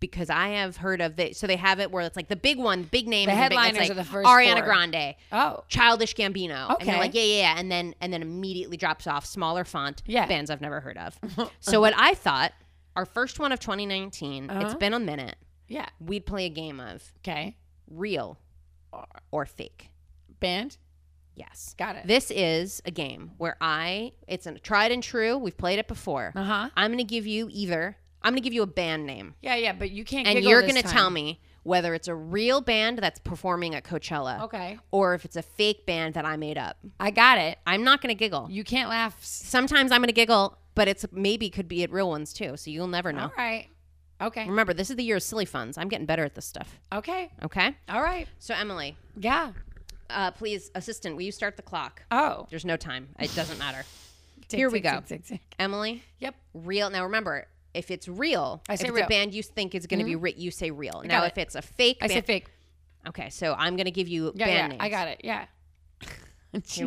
Speaker 1: Because I have heard of they so they have it where it's like the big one, big names,
Speaker 2: The
Speaker 1: and big- it's
Speaker 2: headliners
Speaker 1: like
Speaker 2: are the first
Speaker 1: Ariana
Speaker 2: four.
Speaker 1: Grande,
Speaker 2: Oh.
Speaker 1: Childish Gambino. And
Speaker 2: Okay.
Speaker 1: they're like, yeah, yeah, yeah. And then and then immediately drops off smaller font
Speaker 2: Yeah.
Speaker 1: bands I've never heard of. so what I thought, our first one of 2019, it's
Speaker 2: Uh-huh.
Speaker 1: been a minute,
Speaker 2: Yeah.
Speaker 1: we'd play a game of
Speaker 2: Okay.
Speaker 1: real or fake.
Speaker 2: Band.
Speaker 1: Yes.
Speaker 2: Got it.
Speaker 1: This is a game where I it's a tried and true. We've played it before.
Speaker 2: Uh huh.
Speaker 1: I'm gonna give you either I'm gonna give you a band name.
Speaker 2: Yeah, yeah, but you can't.
Speaker 1: And
Speaker 2: giggle
Speaker 1: you're
Speaker 2: this
Speaker 1: gonna
Speaker 2: time.
Speaker 1: tell me whether it's a real band that's performing at Coachella
Speaker 2: Okay.
Speaker 1: or if it's a fake band that I made up.
Speaker 2: I got it.
Speaker 1: I'm not gonna giggle.
Speaker 2: You can't laugh. S-
Speaker 1: Sometimes I'm gonna giggle, but it's maybe could be at real ones too. So you'll never know.
Speaker 2: All right. Okay.
Speaker 1: Remember, this is the year of silly funds. I'm getting better at this stuff.
Speaker 2: Okay.
Speaker 1: Okay.
Speaker 2: All right.
Speaker 1: So Emily,
Speaker 2: Yeah.
Speaker 1: uh, please, assistant, will you start the clock?
Speaker 2: Oh.
Speaker 1: There's no time. It doesn't matter.
Speaker 2: Tick,
Speaker 1: Here we
Speaker 2: tick,
Speaker 1: go.
Speaker 2: tick, tick, tick.
Speaker 1: Emily,
Speaker 2: Yep.
Speaker 1: real. Now remember, if it's real,
Speaker 2: I say
Speaker 1: if it's
Speaker 2: real. Mm-hmm.
Speaker 1: a band you think is going to be, re- you say real. now,
Speaker 2: it.
Speaker 1: if it's a fake,
Speaker 2: I said
Speaker 1: band-
Speaker 2: fake.
Speaker 1: Okay, so I'm going to give you
Speaker 2: Yeah, yeah.
Speaker 1: band names.
Speaker 2: I got it. Yeah.
Speaker 1: Here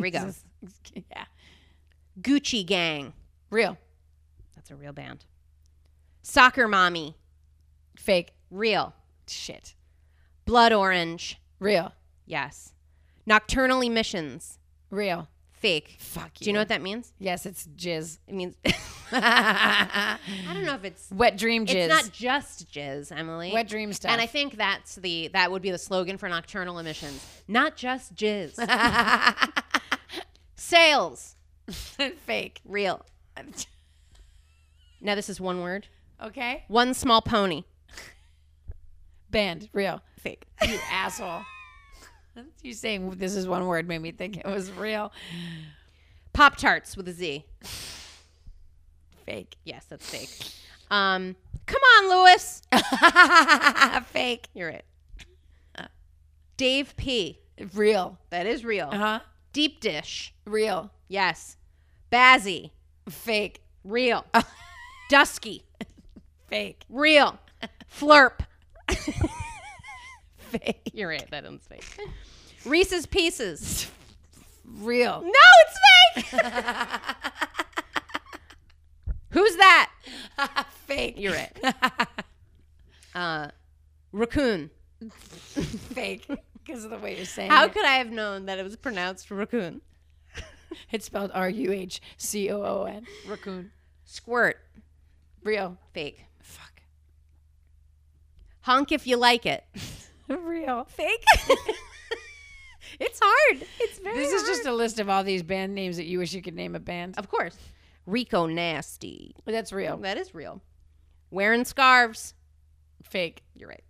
Speaker 1: we go.
Speaker 2: Yeah.
Speaker 1: Gucci Gang.
Speaker 2: Real.
Speaker 1: That's a real band. Soccer Mommy.
Speaker 2: Fake.
Speaker 1: Real.
Speaker 2: Shit.
Speaker 1: Blood Orange.
Speaker 2: Real.
Speaker 1: Yes. Nocturnal Emissions.
Speaker 2: Real.
Speaker 1: Fake.
Speaker 2: Fuck you.
Speaker 1: Do you know what that means?
Speaker 2: Yes, it's jizz.
Speaker 1: It means I don't know if it's
Speaker 2: Wet dream jizz.
Speaker 1: it's not just jizz, Emily.
Speaker 2: wet dream stuff.
Speaker 1: And I think that's the that would be the slogan for Nocturnal Emissions. Not just jizz. Sales.
Speaker 2: fake.
Speaker 1: Real. Now this is one word.
Speaker 2: Okay.
Speaker 1: One small pony.
Speaker 2: Band. Real.
Speaker 1: Fake.
Speaker 2: You asshole. You saying this is one word made me think it was real.
Speaker 1: Pop tarts with a Z.
Speaker 2: Fake.
Speaker 1: Yes, that's fake. Um, come on, Lewis.
Speaker 2: fake.
Speaker 1: You're it. Dave P.
Speaker 2: Real.
Speaker 1: That is real.
Speaker 2: Uh huh.
Speaker 1: Deep dish.
Speaker 2: Real.
Speaker 1: Yes. Bazzy.
Speaker 2: Fake.
Speaker 1: Real. Dusky.
Speaker 2: Fake.
Speaker 1: Real. Flurp.
Speaker 2: Fake.
Speaker 1: You're right. That one's fake. Reese's Pieces.
Speaker 2: Real.
Speaker 1: No, it's fake. Who's that?
Speaker 2: Fake.
Speaker 1: You're it. Uh, raccoon.
Speaker 2: fake. Because of the way you're saying
Speaker 1: How
Speaker 2: it.
Speaker 1: could I have known that it was pronounced raccoon?
Speaker 2: It's spelled R U H C O O N. Raccoon.
Speaker 1: Squirt.
Speaker 2: Real.
Speaker 1: Fake.
Speaker 2: Fuck.
Speaker 1: Honk if you like it.
Speaker 2: Real.
Speaker 1: Fake. it's hard. It's very
Speaker 2: This is
Speaker 1: hard.
Speaker 2: just a list of all these band names that you wish you could name a band.
Speaker 1: Of course. Rico Nasty.
Speaker 2: That's real.
Speaker 1: That is real. Wearing scarves.
Speaker 2: Fake.
Speaker 1: You're right.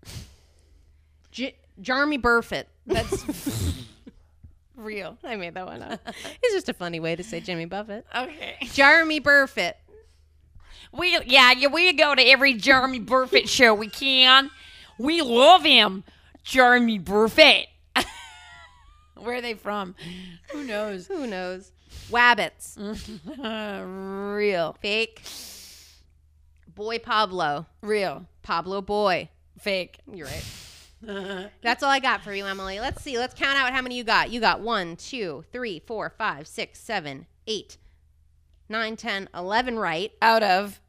Speaker 1: J- Jeremy Burfitt.
Speaker 2: That's real.
Speaker 1: I made that one up. it's just a funny way to say Jimmy Buffett.
Speaker 2: Oh. Okay.
Speaker 1: Jeremy Burfitt.
Speaker 2: We yeah, yeah, we go to every Jeremy Burfitt show we can. We love him, Jeremy Burfitt. Where are they from? Who knows?
Speaker 1: Who knows? Wabbits.
Speaker 2: real.
Speaker 1: Fake. Boy Pablo.
Speaker 2: Real.
Speaker 1: Pablo Boy.
Speaker 2: Fake.
Speaker 1: You're right. That's all I got for you, Emily. Let's see. Let's count out how many you got. You got one, two, three, four, five, six, seven, eight, 9, 10, 11 right.
Speaker 2: Out of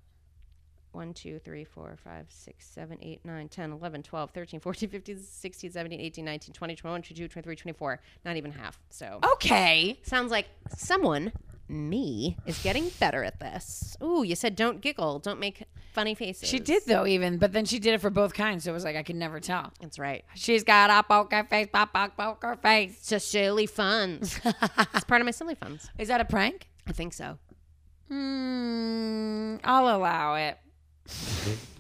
Speaker 1: 1, 2, 3, 4, 5, 6, 7, 8, 9, 10, 11, 12, 13, 14, 15, 16, 17, 18, 19, 20, 21, 22, 23, 24. Not even half. So
Speaker 2: Oh. okay.
Speaker 1: sounds like someone, me, is getting better at this. Ooh, you said don't giggle, don't make funny faces.
Speaker 2: She did though, even, but then she did it for both kinds, so it was like I could never tell.
Speaker 1: That's right.
Speaker 2: She's got a poker face, pop pop poker face.
Speaker 1: It's just silly funds. it's part of my silly funds.
Speaker 2: Is that a prank?
Speaker 1: I think so.
Speaker 2: Hmm, I'll allow it.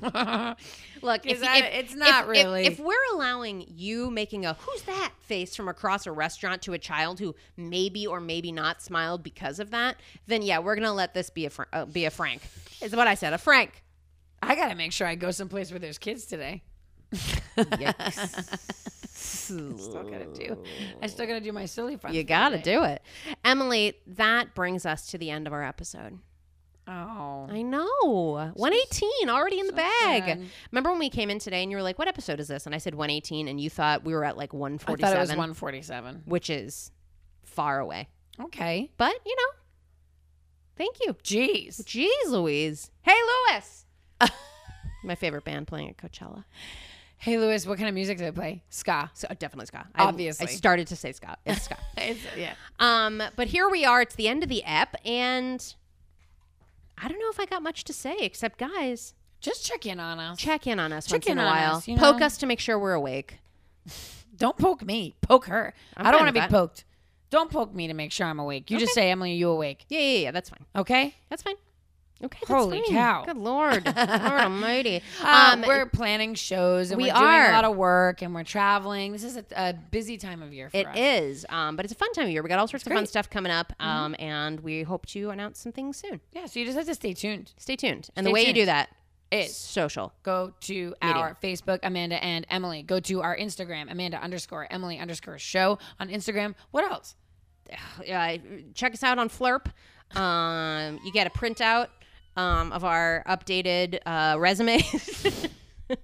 Speaker 1: Look,
Speaker 2: Is
Speaker 1: if,
Speaker 2: that-
Speaker 1: if-
Speaker 2: it's not
Speaker 1: if- if-
Speaker 2: really.
Speaker 1: If, we're allowing you making a "Who's that?" face from across a restaurant to a child who maybe or maybe not smiled because of that, then yeah, we're gonna let this be a fr- uh, be a Frank. Is what I said. A Frank.
Speaker 2: I gotta make sure I go someplace where there's kids today. Still gotta do. I still gotta do my silly fun.
Speaker 1: You gotta do it, Emily. That brings us to the end of our episode.
Speaker 2: Oh,
Speaker 1: I know. 118 already in the bag.
Speaker 2: sad.
Speaker 1: Remember when we came in today and you were like, "What episode is this?" And I said 118, and you thought we were at like
Speaker 2: I
Speaker 1: 147,
Speaker 2: thought it was 147.
Speaker 1: which is far away.
Speaker 2: Okay.
Speaker 1: But you know, thank you.
Speaker 2: Jeez.
Speaker 1: Jeez Louise. Hey Louis. My favorite band playing at Coachella.
Speaker 2: Hey, Lewis, what kind of music do they play? Ska.
Speaker 1: So uh, definitely Scott.
Speaker 2: Obviously.
Speaker 1: I started to say Scott. It's Scott.
Speaker 2: It's, yeah.
Speaker 1: um, but here we are. It's the end of the ep, and I don't know if I got much to say except, guys,
Speaker 2: Just check in on us.
Speaker 1: check in on us
Speaker 2: Check
Speaker 1: once in
Speaker 2: in
Speaker 1: a
Speaker 2: on
Speaker 1: while.
Speaker 2: us, you
Speaker 1: Poke
Speaker 2: know?
Speaker 1: us to make sure we're awake.
Speaker 2: Don't poke me. Poke her. I'm I do
Speaker 1: fine
Speaker 2: not want
Speaker 1: with
Speaker 2: to be
Speaker 1: that.
Speaker 2: poked. Don't poke me to make sure I'm awake. You just say, Emily, are you awake?
Speaker 1: Yeah, yeah, yeah. That's fine.
Speaker 2: Okay.
Speaker 1: That's fine. Okay. That's
Speaker 2: Holy
Speaker 1: fine.
Speaker 2: cow.
Speaker 1: Good lord. lord Almighty.
Speaker 2: Um, we're planning shows and
Speaker 1: we
Speaker 2: we are doing
Speaker 1: are.
Speaker 2: a lot of work and we're traveling. This is a, a busy time of year for
Speaker 1: It
Speaker 2: us.
Speaker 1: is, um, but it's a fun time of year. We got all sorts of fun
Speaker 2: great. Mm-hmm.
Speaker 1: stuff coming up, um, and we hope to announce some things soon.
Speaker 2: Yeah, so you just have to stay tuned.
Speaker 1: Stay tuned. And the
Speaker 2: Stay
Speaker 1: way you do
Speaker 2: tuned.
Speaker 1: that is
Speaker 2: It's
Speaker 1: social.
Speaker 2: go to our Facebook, Amanda and Emily. Go to our Instagram, Amanda underscore Emily underscore show on Instagram. What else?
Speaker 1: Uh, check us out on Flurp. Um, you get a printout um, of our updated uh, resume.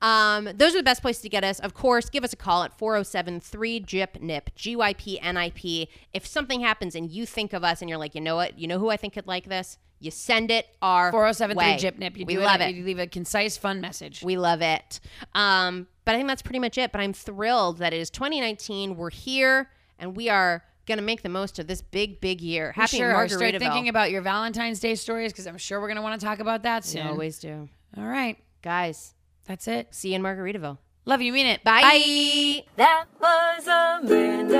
Speaker 1: Um, those are the best places to get us. Of course, give us a call at 407 3 GYP NIP, GYPNIP. If something happens and you think of us and you're like, you know what, you know who I think could like this, you send it our
Speaker 2: 4073
Speaker 1: way.
Speaker 2: Gypnip. You
Speaker 1: we
Speaker 2: do
Speaker 1: love
Speaker 2: it.
Speaker 1: it.
Speaker 2: You leave a concise, fun message.
Speaker 1: We love it. Um, but I think that's pretty much it. But I'm thrilled that it is 2019. We're here and we are going to make the most of this big, big year. Happy
Speaker 2: sure are.
Speaker 1: Margaritaville.
Speaker 2: Start thinking about your Valentine's Day stories because I'm sure we're going to want to talk about that
Speaker 1: We
Speaker 2: soon.
Speaker 1: always do.
Speaker 2: All right.
Speaker 1: Guys,
Speaker 2: That's it.
Speaker 1: see you in Margaritaville.
Speaker 2: Love you. Mean it.
Speaker 1: Bye.
Speaker 5: That was Amanda